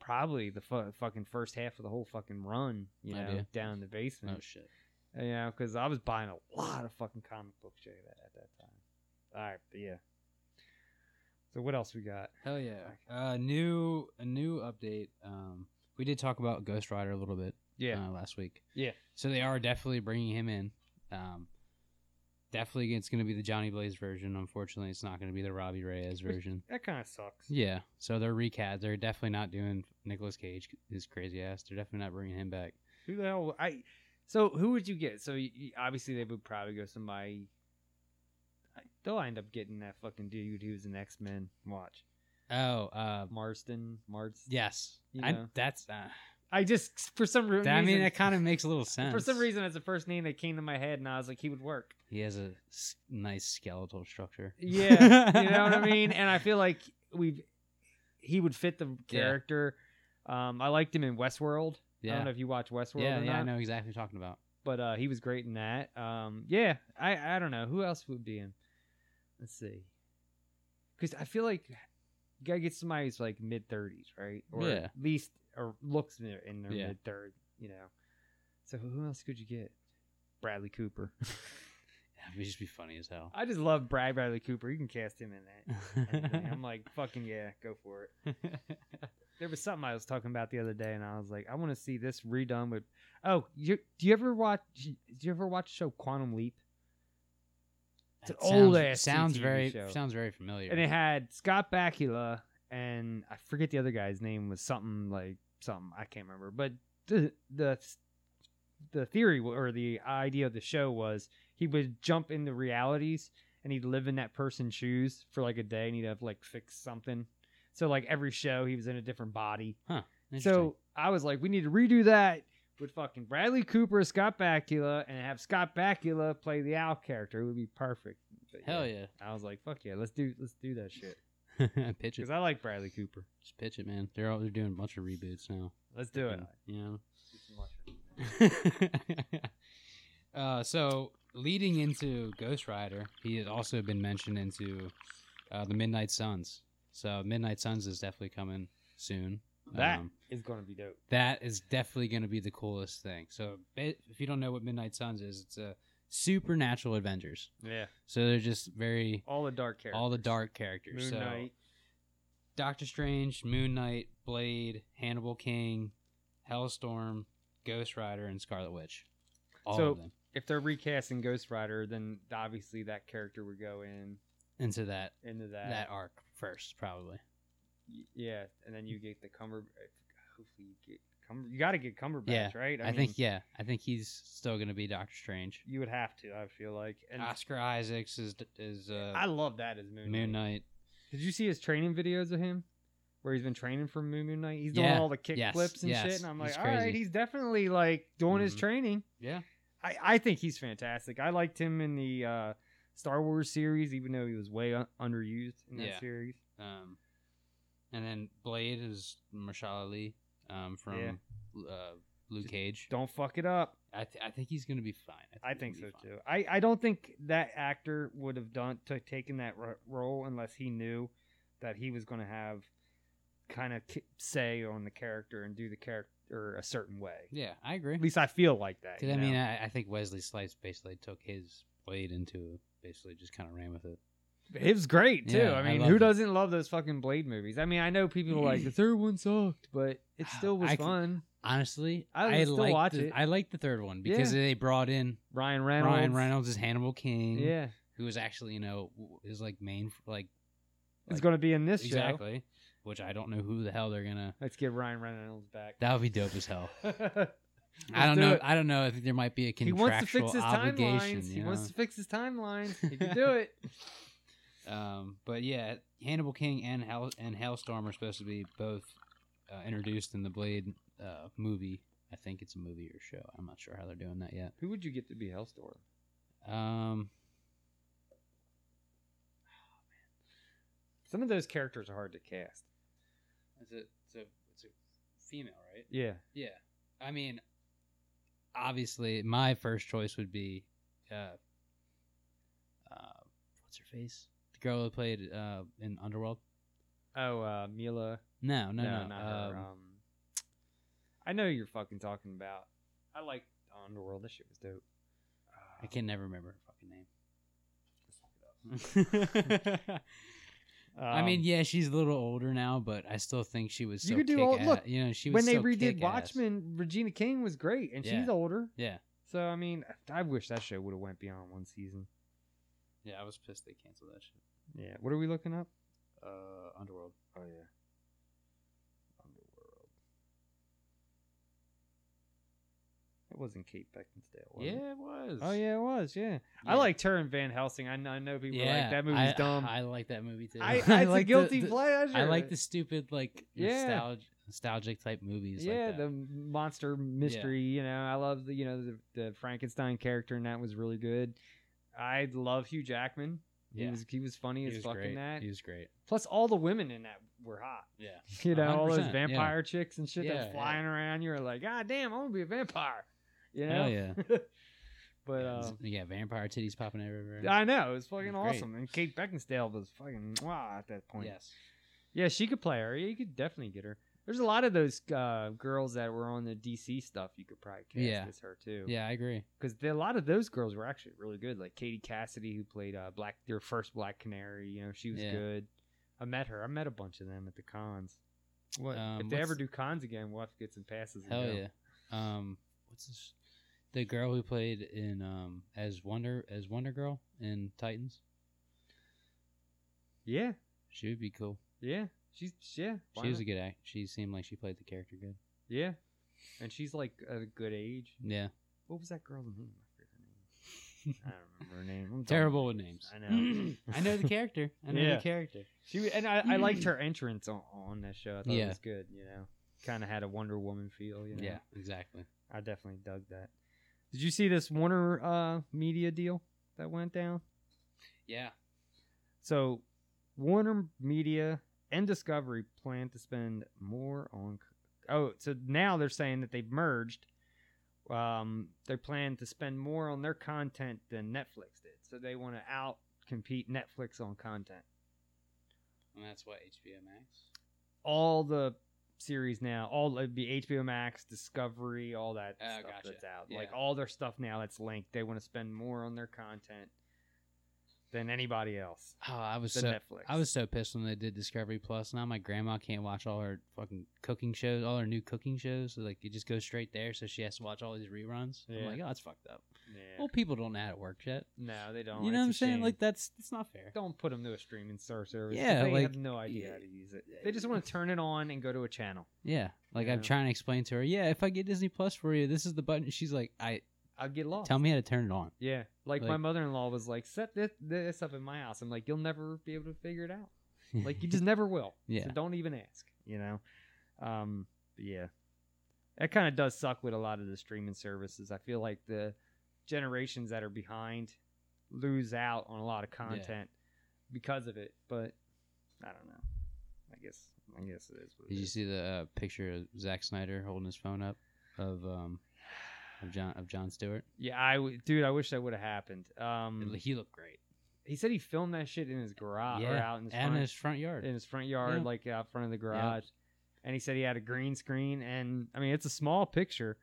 Speaker 3: probably the fu- fucking first half of the whole fucking run, you
Speaker 4: Oh,
Speaker 3: know,
Speaker 4: yeah.
Speaker 3: down in the basement.
Speaker 4: oh shit.
Speaker 3: You know, because I was buying a lot of fucking comic book shit at, at that time. All right, but yeah. So what else we got?
Speaker 4: Hell yeah. Uh, new a new update. Um, we did talk about Ghost Rider a little bit.
Speaker 3: Yeah.
Speaker 4: Uh, last week.
Speaker 3: Yeah.
Speaker 4: So they are definitely bringing him in. Um, definitely it's going to be the Johnny Blaze version. Unfortunately, it's not going to be the Robbie Reyes version.
Speaker 3: That kind of sucks.
Speaker 4: Yeah. So they're recat. They're definitely not doing Nicolas Cage, his crazy ass. They're definitely not bringing him back.
Speaker 3: Who the hell? I. So who would you get? So you, you- obviously they would probably go somebody. I- They'll end up getting that fucking dude who's an X Men. Watch
Speaker 4: Oh, uh,
Speaker 3: Marston. Marston.
Speaker 4: yes.
Speaker 3: You
Speaker 4: I,
Speaker 3: know.
Speaker 4: that's. Uh,
Speaker 3: I just for some reason.
Speaker 4: that, I mean, that kind of makes a little sense.
Speaker 3: For some reason, that's the first name that came to my head, and I was like, he would work.
Speaker 4: he has a s- nice skeletal structure.
Speaker 3: Yeah, you know what I mean. And I feel like we've he would fit the character. Um, I liked him in Westworld. I
Speaker 4: Yeah.
Speaker 3: don't know if you watch Westworld.
Speaker 4: Yeah,
Speaker 3: or
Speaker 4: yeah, I
Speaker 3: not.
Speaker 4: know exactly what you're talking about.
Speaker 3: but uh, he was great in that. Um, yeah, I I don't know who else would be in. Let's see, because I feel like you gotta get somebody who's like mid thirties, right? Or
Speaker 4: Yeah.
Speaker 3: at least or looks in their, in their
Speaker 4: Yeah.
Speaker 3: mid third, you know. So who else could you get? Bradley Cooper.
Speaker 4: That would just be funny as hell.
Speaker 3: I just love Brad Bradley Cooper. You can cast him in that. Anything. I'm like fucking yeah, go for it. There was something I was talking about the other day, and I was like, I want to see this redone with. Oh, you do you ever watch? Do you ever watch the show Quantum Leap? It's an
Speaker 4: That
Speaker 3: old
Speaker 4: sounds-
Speaker 3: ass
Speaker 4: Sounds
Speaker 3: CTV
Speaker 4: very
Speaker 3: show.
Speaker 4: sounds very familiar.
Speaker 3: and it had Scott Bakula and I forget the other guy's name was something like something I can't remember, but the the the theory w- or the idea of the show was he would jump into realities and he'd live in that person's shoes for like a day and he'd have like fix something. So like every show he was in a different body.
Speaker 4: Huh,
Speaker 3: So I was like, we need to redo that with fucking Bradley Cooper, Scott Bakula, and have Scott Bakula play the Owl character. It would be perfect. But
Speaker 4: Hell yeah.
Speaker 3: I was like, fuck yeah, let's do let's do that shit.
Speaker 4: pitch it.
Speaker 3: Because I like Bradley Cooper.
Speaker 4: Just pitch it, man. They're all, they're doing a bunch of reboots now.
Speaker 3: Let's do it.
Speaker 4: And, You know. uh, so leading into Ghost Rider, he had also been mentioned into uh, the Midnight Suns. So Midnight Suns is definitely coming soon.
Speaker 3: That
Speaker 4: Um,
Speaker 3: is gonna be dope.
Speaker 4: that is definitely going to be the coolest thing. So ba- if you don't know what Midnight Suns is, it's a supernatural Avengers.
Speaker 3: Yeah.
Speaker 4: So they're just very
Speaker 3: All the dark characters.
Speaker 4: all the dark characters.
Speaker 3: Moon
Speaker 4: so
Speaker 3: Knight.
Speaker 4: Doctor Strange, Moon Knight, Blade, Hannibal King, Hellstorm, Ghost Rider, and Scarlet Witch. All
Speaker 3: so
Speaker 4: of them
Speaker 3: if they're recasting Ghost Rider, then obviously that character would go in
Speaker 4: into that
Speaker 3: into that.
Speaker 4: that arc first, probably.
Speaker 3: Y- Yeah, and then you get the Cumber. Hopefully you get Cumber. You got to get Cumberbatch,
Speaker 4: yeah,
Speaker 3: right?
Speaker 4: I, think yeah, I think he's still going to be Doctor Strange.
Speaker 3: you would have to. I feel like, and
Speaker 4: Oscar Isaacs is is uh,
Speaker 3: I love that as Moon,
Speaker 4: Moon Knight.
Speaker 3: Did you see his training videos of him? Where he's been training for Moon Moon Knight? He's
Speaker 4: Yeah.
Speaker 3: doing all the kick
Speaker 4: Yes.
Speaker 3: flips and
Speaker 4: Yes.
Speaker 3: shit. And I'm like,
Speaker 4: He's
Speaker 3: all right,
Speaker 4: crazy.
Speaker 3: he's definitely like doing his
Speaker 4: Mhm.
Speaker 3: training.
Speaker 4: Yeah.
Speaker 3: I, I think he's fantastic. I liked him in the uh, Star Wars series, even though he was way un- underused in that
Speaker 4: Yeah.
Speaker 3: series.
Speaker 4: Um, and then Blade is Marshall Ali um, from uh, Luke Cage.
Speaker 3: Don't fuck it up.
Speaker 4: I, th- I think he's gonna be fine.
Speaker 3: I think so too. I, I don't think that actor would have done to taken that ro- role unless he knew that he was going to have kind of ki- say on the character and do the character a certain way.
Speaker 4: Yeah, I agree.
Speaker 3: At least I feel like that.
Speaker 4: Because
Speaker 3: you
Speaker 4: I mean,
Speaker 3: know?
Speaker 4: I, I think Wesley Snipes basically took his Blade into basically just kind of ran with it.
Speaker 3: It was great too.
Speaker 4: Yeah,
Speaker 3: I mean,
Speaker 4: loved
Speaker 3: who
Speaker 4: it.
Speaker 3: doesn't love those fucking Blade movies? I mean, I know people are like the third one sucked, but it still was
Speaker 4: I c-
Speaker 3: fun.
Speaker 4: Honestly,
Speaker 3: I would
Speaker 4: I
Speaker 3: still
Speaker 4: liked
Speaker 3: watch
Speaker 4: the,
Speaker 3: it.
Speaker 4: I liked the third one because
Speaker 3: Yeah.
Speaker 4: they brought in
Speaker 3: Ryan Reynolds.
Speaker 4: Ryan Reynolds as Hannibal King.
Speaker 3: Yeah.
Speaker 4: who was actually you know w- is like main like
Speaker 3: is going to be in this show.
Speaker 4: exactly, which I don't know who the hell they're gonna.
Speaker 3: Let's get Ryan Reynolds back.
Speaker 4: That would be dope as hell. I
Speaker 3: Let's
Speaker 4: don't
Speaker 3: do
Speaker 4: know.
Speaker 3: it.
Speaker 4: I don't know. I think there might be a
Speaker 3: he
Speaker 4: contractual
Speaker 3: wants to fix his
Speaker 4: obligation.
Speaker 3: timelines.
Speaker 4: you
Speaker 3: He wants
Speaker 4: know?
Speaker 3: to fix his timelines. He can do it.
Speaker 4: Um, but yeah, Hannibal King and Hell and Hellstorm are supposed to be both uh, introduced in the Blade uh, movie. I think it's a movie or show. I'm not sure how they're doing that yet.
Speaker 3: Who would you get to be Hellstorm?
Speaker 4: Um,
Speaker 3: Some of those characters are hard to cast.
Speaker 4: it's a, it's a it's a female, right?
Speaker 3: Yeah.
Speaker 4: Yeah. I mean, obviously, my first choice would be uh, uh, what's her face? The girl who played uh, in Underworld.
Speaker 3: Oh, uh, Mila.
Speaker 4: No, no, no.
Speaker 3: not her.
Speaker 4: um,
Speaker 3: Um, I know who you're fucking talking about. I like Underworld. This shit was dope.
Speaker 4: I can never remember her fucking name. I
Speaker 3: Um,
Speaker 4: mean, yeah, she's a little older now, but I still think she was. So
Speaker 3: you could do all.
Speaker 4: kick-ass-
Speaker 3: Look,
Speaker 4: you know, she was
Speaker 3: when they
Speaker 4: so
Speaker 3: redid
Speaker 4: kick-ass.
Speaker 3: Watchmen, Regina King was great, and
Speaker 4: Yeah.
Speaker 3: she's older.
Speaker 4: Yeah,
Speaker 3: So I mean, I wish that show would have went beyond one season.
Speaker 4: yeah, I was pissed they canceled that shit.
Speaker 3: Yeah. What are we looking up?
Speaker 4: Uh, Underworld.
Speaker 3: Oh yeah. It wasn't Kate Beckinsale. Was
Speaker 4: Yeah,
Speaker 3: It?
Speaker 4: it was.
Speaker 3: Oh yeah, it was. Yeah. I
Speaker 4: Yeah.
Speaker 3: liked her and Van Helsing. I know, I know people are
Speaker 4: Yeah,
Speaker 3: like that movie's
Speaker 4: I,
Speaker 3: dumb.
Speaker 4: I like that movie too.
Speaker 3: I- it's a
Speaker 4: like the-
Speaker 3: guilty
Speaker 4: the- I
Speaker 3: pleasure.
Speaker 4: like the stupid like
Speaker 3: Yeah.
Speaker 4: nostalgic, nostalgic type movies.
Speaker 3: yeah,
Speaker 4: like that.
Speaker 3: the monster mystery. You know, I love the you know the, the Frankenstein character, and that was really good. I love Hugh Jackman. He
Speaker 4: Yeah.
Speaker 3: was he was funny
Speaker 4: He
Speaker 3: as
Speaker 4: was
Speaker 3: fucking
Speaker 4: great.
Speaker 3: that.
Speaker 4: He was great.
Speaker 3: Plus, all the women in that were hot.
Speaker 4: Yeah,
Speaker 3: You know, all those
Speaker 4: 100%, yeah.
Speaker 3: vampire chicks and shit
Speaker 4: Yeah,
Speaker 3: that's
Speaker 4: yeah.
Speaker 3: flying around. You're like, God damn, I'm gonna be a vampire. You know?
Speaker 4: Hell Oh, yeah.
Speaker 3: but
Speaker 4: Yeah,
Speaker 3: uh,
Speaker 4: yeah, vampire titties popping everywhere.
Speaker 3: I know it was fucking
Speaker 4: Great.
Speaker 3: awesome, and Kate Beckinsdale was fucking wow at that point.
Speaker 4: Yes.
Speaker 3: Yeah, she could play her. Yeah, you could definitely get her. There's a lot of those uh, girls that were on the DC stuff. You could probably cast
Speaker 4: Yeah.
Speaker 3: as her too.
Speaker 4: Yeah, I agree.
Speaker 3: because a lot of those girls were actually really good. Like Katie Cassidy, who played uh, Black, their first Black Canary. You know, she was
Speaker 4: Yeah.
Speaker 3: good. I met her. I met a bunch of them at the cons. What
Speaker 4: Um,
Speaker 3: if they ever
Speaker 4: what's-
Speaker 3: do cons again? We'll have to get some passes. and
Speaker 4: Hell
Speaker 3: go.
Speaker 4: yeah. Um, what's this? The girl who played in um as Wonder as Wonder Girl in Titans.
Speaker 3: Yeah,
Speaker 4: She would be cool.
Speaker 3: yeah. She's yeah. why
Speaker 4: she was
Speaker 3: not?
Speaker 4: a good act. She seemed like she played the character good.
Speaker 3: yeah, and she's like a good age.
Speaker 4: Yeah.
Speaker 3: What was that girl's name? I don't remember her name. I'm dumb.
Speaker 4: Terrible with names.
Speaker 3: I know.
Speaker 4: I know the character. I know
Speaker 3: Yeah.
Speaker 4: the character.
Speaker 3: She wa- and I, I liked her entrance on, on that show. I thought
Speaker 4: Yeah.
Speaker 3: it was good. You know, kind of had a Wonder Woman feel. You know?
Speaker 4: Yeah, exactly.
Speaker 3: I definitely dug that. Did you see this Warner uh, Media deal that went down?
Speaker 4: Yeah.
Speaker 3: So, Warner Media and Discovery plan to spend more on. Oh, so now they're saying that they've merged. Um, they plan to spend more on their content than Netflix did. So they want to out compete Netflix on content.
Speaker 4: And that's what HBO Max.
Speaker 3: All the series now, all it'd be HBO Max, Discovery, all that
Speaker 4: Oh,
Speaker 3: stuff
Speaker 4: gotcha.
Speaker 3: that's out.
Speaker 4: Yeah.
Speaker 3: Like all their stuff now that's linked. They want to spend more on their content than anybody else.
Speaker 4: Oh, I was
Speaker 3: than
Speaker 4: so
Speaker 3: Netflix.
Speaker 4: I was so pissed when they did Discovery Plus. Now my grandma can't watch all her fucking cooking shows, all her new cooking shows. So like it just goes straight there, so she has to watch all these reruns.
Speaker 3: Yeah.
Speaker 4: I'm like, oh, that's fucked up.
Speaker 3: Yeah.
Speaker 4: Well, people don't know how to work yet.
Speaker 3: No, they don't.
Speaker 4: you
Speaker 3: It's
Speaker 4: know what
Speaker 3: a
Speaker 4: I'm saying?
Speaker 3: shame.
Speaker 4: Like that's it's not fair.
Speaker 3: don't put them to a streaming star service. 'cause
Speaker 4: Yeah,
Speaker 3: they
Speaker 4: like-
Speaker 3: have no idea how to use it. They just want to turn it on and go to a channel.
Speaker 4: Yeah, like I'm
Speaker 3: Yeah.
Speaker 4: trying to explain to her. Yeah, if I get Disney Plus for you, this is the button. She's like, I
Speaker 3: I'll get lost.
Speaker 4: tell me how to turn it on.
Speaker 3: Yeah, like, my
Speaker 4: Like-
Speaker 3: mother-in-law was like, "Set this, this up in my house." I'm like, "You'll never be able to figure it out." Like you just never will.
Speaker 4: Yeah.
Speaker 3: So don't even ask. You know. Um. but yeah. That kind of does suck with a lot of the streaming services. I feel like the generations that are behind lose out on a lot of content because of it. But I don't know. I guess. I guess it is. What it
Speaker 4: Did you
Speaker 3: is.
Speaker 4: see the uh, picture of Zack Snyder holding his phone up of um of John of John Stewart?
Speaker 3: Yeah, I w- dude, I wish that would have happened. Um,
Speaker 4: he looked great.
Speaker 3: He said he filmed that shit in his garage or
Speaker 4: Yeah,
Speaker 3: out in his
Speaker 4: and
Speaker 3: front,
Speaker 4: his front yard.
Speaker 3: in his front yard,
Speaker 4: Yeah.
Speaker 3: like out front of the garage. And he said he had a green screen, and I mean, it's a small picture,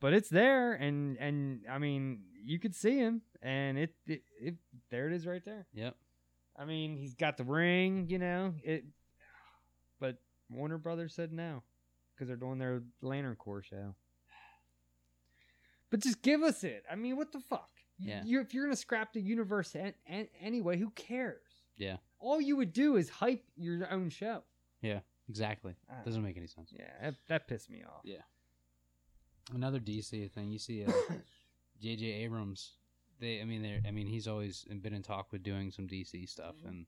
Speaker 3: but it's there, and and I mean, you could see him, and it it, it there it is right there.
Speaker 4: Yep.
Speaker 3: I mean, he's got the ring, you know it, but Warner Brothers said no because they're doing their Lantern Corps show. But just give us it. I mean, what the fuck? You-
Speaker 4: Yeah.
Speaker 3: You're, if you're gonna scrap the universe an, an, anyway, who cares?
Speaker 4: Yeah.
Speaker 3: All you would do is hype your own show.
Speaker 4: Yeah. Exactly.
Speaker 3: I don't
Speaker 4: Doesn't
Speaker 3: know.
Speaker 4: make any sense.
Speaker 3: Yeah, that, that pissed me off.
Speaker 4: Yeah. Another DC thing. You see, uh, J.J. Abrams. They, I mean, they're, I mean, he's always been in talk with doing some DC stuff, and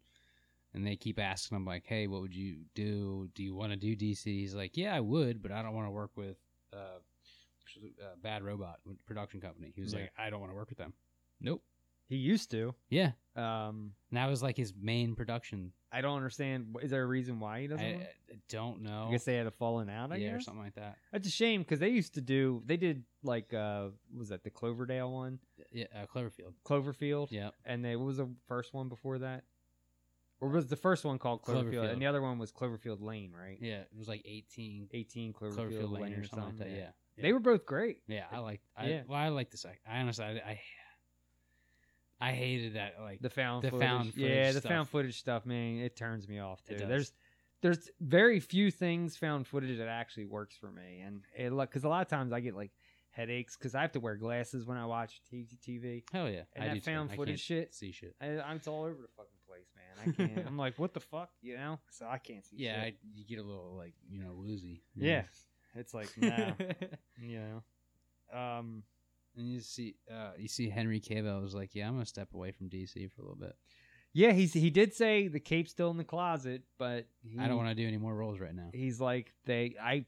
Speaker 4: and they keep asking him like, "Hey, what would you do? Do you want to do DC?" He's like, "Yeah, I would, but I don't want to work with uh, uh, Bad Robot production company." He was
Speaker 3: Yeah.
Speaker 4: like, "I don't want to work with them." Nope.
Speaker 3: He used to.
Speaker 4: Yeah,
Speaker 3: Um,
Speaker 4: and that was like his main production.
Speaker 3: I don't understand. Is there a reason why he
Speaker 4: I,
Speaker 3: doesn't? want it?
Speaker 4: I don't know.
Speaker 3: I guess they had a falling out. I
Speaker 4: yeah, or
Speaker 3: guess?
Speaker 4: something like that.
Speaker 3: That's a shame because they used to do. They did like uh, what was that the Cloverdale one,
Speaker 4: Yeah, uh, Cloverfield.
Speaker 3: Cloverfield.
Speaker 4: Yep.
Speaker 3: And they what was the first one before that? Or was the first one called Cloverfield,
Speaker 4: Cloverfield.
Speaker 3: and the other one was Cloverfield Lane, right?
Speaker 4: Yeah, it was like 18
Speaker 3: Eighteen Cloverfield,
Speaker 4: Cloverfield Lane or something like that. Yeah.
Speaker 3: They were both great.
Speaker 4: Yeah, I like. I,
Speaker 3: Yeah.
Speaker 4: Well, I like the second. I honestly, I, I, I hated that. Like
Speaker 3: The found
Speaker 4: the
Speaker 3: footage.
Speaker 4: found footage
Speaker 3: yeah, the
Speaker 4: stuff.
Speaker 3: found footage stuff, man, it turns me off too.
Speaker 4: It does.
Speaker 3: There's there's very few things found footage that actually works for me, and it because a lot of times I get like headaches because I have to wear glasses when I watch T- TV.
Speaker 4: Hell yeah,
Speaker 3: and
Speaker 4: I
Speaker 3: that
Speaker 4: do too.
Speaker 3: found
Speaker 4: I
Speaker 3: footage
Speaker 4: can't
Speaker 3: shit.
Speaker 4: See shit.
Speaker 3: I, I'm it's all over the fucking place, man. I can't. I'm like, what the fuck, you know? So I can't see.
Speaker 4: Yeah,
Speaker 3: shit.
Speaker 4: I, you get a little like you know woozy. you
Speaker 3: yeah.
Speaker 4: know?
Speaker 3: It's like, nah, you know. Um,
Speaker 4: And you see, uh, you see Henry Cavill was like, yeah, I'm gonna step away from DC for a little bit.
Speaker 3: yeah, he's he did say the cape's still in the closet, but he,
Speaker 4: I don't want to do any more roles right now.
Speaker 3: He's like they I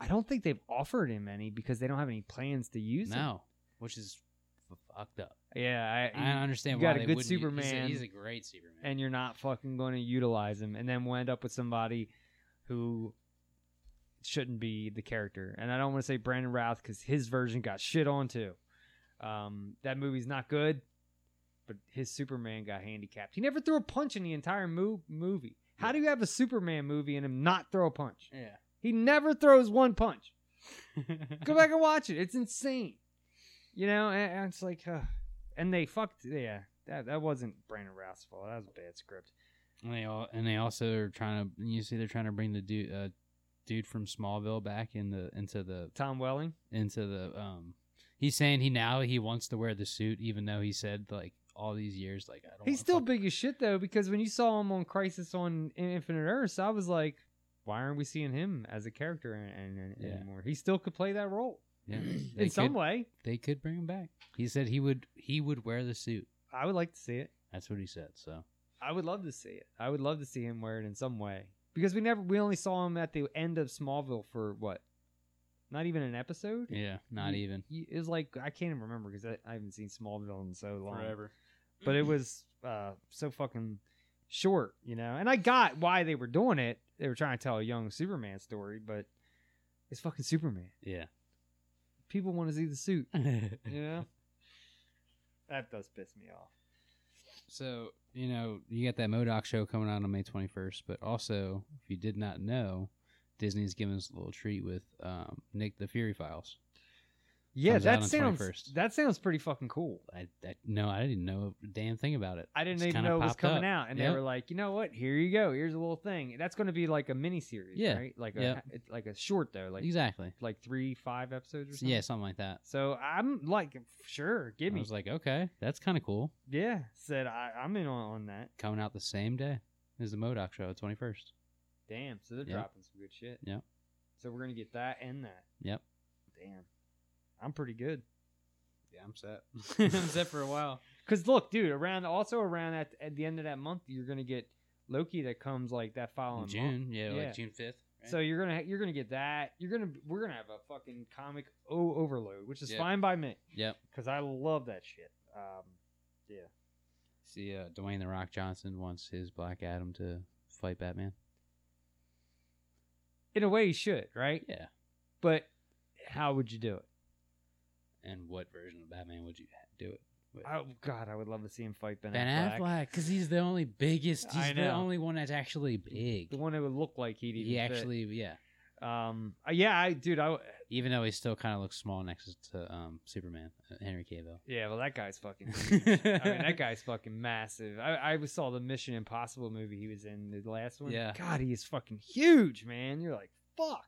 Speaker 3: I don't think they've offered him any because they don't have any plans to use him.
Speaker 4: No, which is f- fucked up.
Speaker 3: Yeah, I,
Speaker 4: I don't understand
Speaker 3: You got
Speaker 4: why
Speaker 3: a
Speaker 4: they
Speaker 3: good
Speaker 4: wouldn't. He's a-
Speaker 3: Superman.
Speaker 4: He's a, great Superman.
Speaker 3: and you're not fucking going to utilize him, and then we'll end up with somebody who shouldn't be the character. And I don't want to say Brandon Routh because his version got shit on too. Um, that movie's not good, but his Superman got handicapped. He never threw a punch in the entire mo- movie. How do you have a Superman movie and him not throw a punch?
Speaker 4: Yeah.
Speaker 3: He never throws one punch. Go back and watch it. It's insane. You know, and, and it's like, uh, and they fucked. Yeah, that that wasn't Brandon Routh's fault. That was a bad script.
Speaker 4: And they all and they also are trying to. You see, they're trying to bring the dude, uh, dude from Smallville back in the into the
Speaker 3: Tom Welling.
Speaker 4: into the um he's saying he now he wants to wear the suit even though he said like all these years like I don't
Speaker 3: He's
Speaker 4: wanna
Speaker 3: still big as shit though, because when you saw him on Crisis on Infinite Earths, I was like, why aren't we seeing him as a character an- an-
Speaker 4: Yeah.
Speaker 3: anymore? He still could play that role
Speaker 4: fuck-" yeah,
Speaker 3: in some
Speaker 4: could,
Speaker 3: way.
Speaker 4: they could bring him back. He said he would he would wear the suit.
Speaker 3: I would like to see it.
Speaker 4: That's what he said. So
Speaker 3: I would love to see it. I would love to see him wear it in some way because we never we only saw him at the end of Smallville for what, not even an episode.
Speaker 4: yeah, not
Speaker 3: You-
Speaker 4: even.
Speaker 3: you- It was like I can't even remember because I, I haven't seen Smallville in so long. But
Speaker 4: Mm-hmm.
Speaker 3: it was uh, so fucking short, you know. And I got why they were doing it. They were trying to tell a young Superman story, but it's fucking Superman.
Speaker 4: Yeah.
Speaker 3: People want to see the suit,
Speaker 4: yeah.
Speaker 3: you know. that does piss me off.
Speaker 4: So, you know, you got that Modoc show coming out on May 21st, but also, if you did not know, Disney's giving us a little treat with um, Nick the Fury Files.
Speaker 3: Yeah,
Speaker 4: Comes out
Speaker 3: that
Speaker 4: on
Speaker 3: sounds
Speaker 4: 21st.
Speaker 3: that sounds pretty fucking cool.
Speaker 4: I, I no, I didn't know a damn thing about it.
Speaker 3: I didn't
Speaker 4: Just
Speaker 3: even
Speaker 4: kinda
Speaker 3: know it was
Speaker 4: popped
Speaker 3: coming
Speaker 4: up.
Speaker 3: out, and
Speaker 4: Yep.
Speaker 3: they were like, you know what? Here you go. Here's a little thing. That's going to be like a mini series,
Speaker 4: Yeah.
Speaker 3: right? Like
Speaker 4: Yeah.
Speaker 3: a it's like a short though, like
Speaker 4: exactly.
Speaker 3: like three five episodes or something.
Speaker 4: Yeah, something like that.
Speaker 3: So I'm like, sure, give
Speaker 4: I
Speaker 3: me.
Speaker 4: was like, okay, that's kind of cool.
Speaker 3: yeah, said I, I'm in on, on that.
Speaker 4: Coming out the same day as the Modoc show, twenty first.
Speaker 3: Damn. So they're
Speaker 4: Yeah.
Speaker 3: dropping some good shit.
Speaker 4: Yep,
Speaker 3: So we're gonna get that and that.
Speaker 4: yep.
Speaker 3: Damn. I'm pretty good.
Speaker 4: Yeah, I'm set. I'm set for a while.
Speaker 3: Cause look, dude, around also around at at the end of that month, you're gonna get Loki that comes like that following
Speaker 4: June,
Speaker 3: month.
Speaker 4: yeah, like June 5th, right?
Speaker 3: So you're gonna ha- you're gonna get that. You're gonna we're gonna have a fucking comic o overload, which is
Speaker 4: Yep.
Speaker 3: fine by me.
Speaker 4: Yep.
Speaker 3: because I love that shit. Um, yeah,
Speaker 4: See, uh, Dwayne the Rock Johnson wants his Black Adam to fight Batman.
Speaker 3: in a way, you should right.
Speaker 4: Yeah.
Speaker 3: but how would you do it?
Speaker 4: And what version of Batman would you ha- do it? with?
Speaker 3: Oh God, I would love to see him fight Ben,
Speaker 4: Ben
Speaker 3: Affleck.
Speaker 4: Affleck, because he's the only biggest.
Speaker 3: I
Speaker 4: He's the
Speaker 3: know.
Speaker 4: only one that's actually big.
Speaker 3: the one that would look like he'd even
Speaker 4: He
Speaker 3: fit.
Speaker 4: actually, yeah.
Speaker 3: Um, uh, yeah, I dude, I w-
Speaker 4: Even though he still kind of looks small next to um, Superman, uh, Henry Cavill.
Speaker 3: yeah, well, that guy's fucking. huge. I mean, that guy's fucking massive. I, I saw the Mission Impossible movie he was in the last one.
Speaker 4: Yeah.
Speaker 3: God, he is fucking huge, man. You're like, fuck.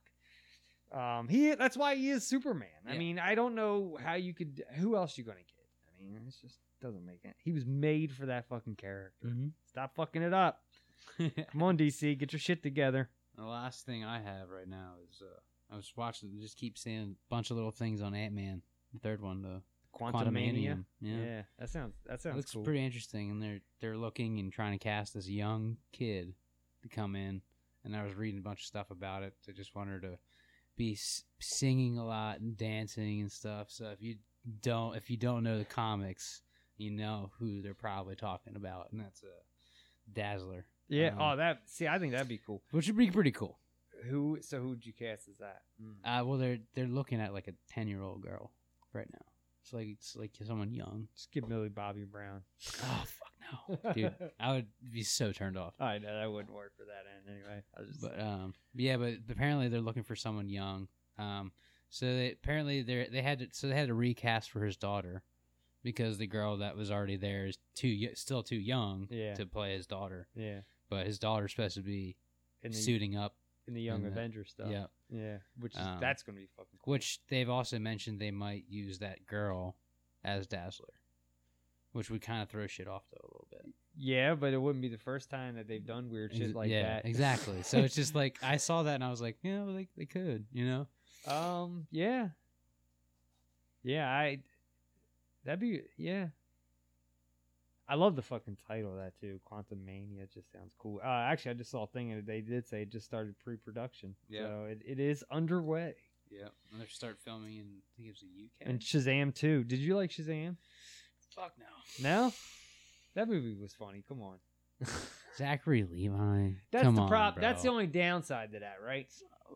Speaker 3: Um, he that's why he is Superman. I
Speaker 4: Yeah.
Speaker 3: mean, I don't know how you could. Who else you gonna get? I mean, it's just doesn't make it. He was made for that fucking character.
Speaker 4: Mhm.
Speaker 3: Stop fucking it up. Come on, DC, get your shit together.
Speaker 4: The last thing I have right now is uh, I was watching, just keep seeing a bunch of little things on Ant Man, the third one, the
Speaker 3: Quantumania.
Speaker 4: Quantumanium, Yeah.
Speaker 3: that sounds that sounds
Speaker 4: looks
Speaker 3: cool.
Speaker 4: pretty interesting, and they're they're looking and trying to cast this young kid to come in. And I was reading a bunch of stuff about it. I just wanted to be s- singing a lot and dancing and stuff. So if you don't if you don't know the comics, you know who they're probably talking about, and that's a Dazzler.
Speaker 3: Yeah.
Speaker 4: Um,
Speaker 3: oh, that. See, I think that'd be cool.
Speaker 4: which would be pretty cool.
Speaker 3: Who? So who'd you cast as that? Mm.
Speaker 4: Uh, well, they're they're looking at like a ten year old girl right now. It's like it's like someone young.
Speaker 3: Just give Millie Bobby Brown.
Speaker 4: Oh fuck no, dude! I would be so turned off.
Speaker 3: I know that wouldn't work for that end anyway. I was just,
Speaker 4: But um, yeah, but apparently they're looking for someone young. Um, so they apparently they they had to, so they had to recast for his daughter because the girl that was already there is too y- still too young
Speaker 3: Yeah.
Speaker 4: to play his daughter.
Speaker 3: yeah,
Speaker 4: But his daughter's supposed to be
Speaker 3: in the
Speaker 4: suiting up.
Speaker 3: in the Young
Speaker 4: in the-
Speaker 3: Avenger stuff.
Speaker 4: yeah.
Speaker 3: yeah, which is,
Speaker 4: Um,
Speaker 3: that's gonna be fucking cool.
Speaker 4: Which they've also mentioned they might use that girl as Dazzler, which would kind of throw shit off though a little bit.
Speaker 3: yeah, but it wouldn't be the first time that they've done weird shit
Speaker 4: Ex-
Speaker 3: like
Speaker 4: yeah,
Speaker 3: that.
Speaker 4: exactly. So it's just like I saw that and I was like, yeah, well, they they could, you know.
Speaker 3: um, yeah, yeah. I that'd be yeah. I love the fucking title of that too. Quantum Mania It just sounds cool. Uh, actually, I just saw a thing and they did say it just started pre-production.
Speaker 4: Yeah.
Speaker 3: so it, it is underway.
Speaker 4: Yeah, and they start filming in I think it was the UK.
Speaker 3: And Shazam too. Did you like Shazam?
Speaker 4: Fuck no.
Speaker 3: No, that movie was funny. Come on,
Speaker 4: Zachary Levi.
Speaker 3: that's
Speaker 4: Come
Speaker 3: the
Speaker 4: on,
Speaker 3: prop. That's the
Speaker 4: bro.
Speaker 3: only downside to that, right?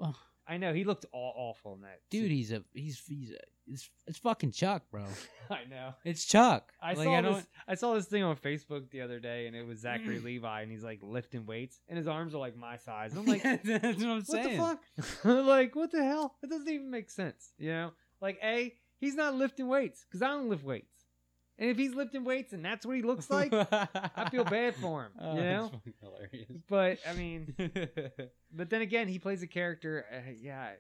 Speaker 4: Ugh.
Speaker 3: I know he looked all awful in that.
Speaker 4: dude. He's a he's he's a, it's it's fucking Chuck, bro.
Speaker 3: I know.
Speaker 4: It's Chuck.
Speaker 3: I
Speaker 4: Like,
Speaker 3: saw
Speaker 4: don't- Mm.
Speaker 3: this. I saw this thing on Facebook the other day, and it was Zachary Levi, and he's like lifting weights, and his arms are like my size. I'm like,
Speaker 4: that's what I'm
Speaker 3: what the
Speaker 4: saying.
Speaker 3: fuck? like, what the hell? It doesn't even make sense. You know, like, a he's not lifting weights because I don't lift weights, and if he's lifting weights and that's what he looks like, I feel bad for him.
Speaker 4: Oh,
Speaker 3: you
Speaker 4: that's
Speaker 3: know,
Speaker 4: fucking hilarious.
Speaker 3: But I mean, but then again, he plays a character. Uh, yeah,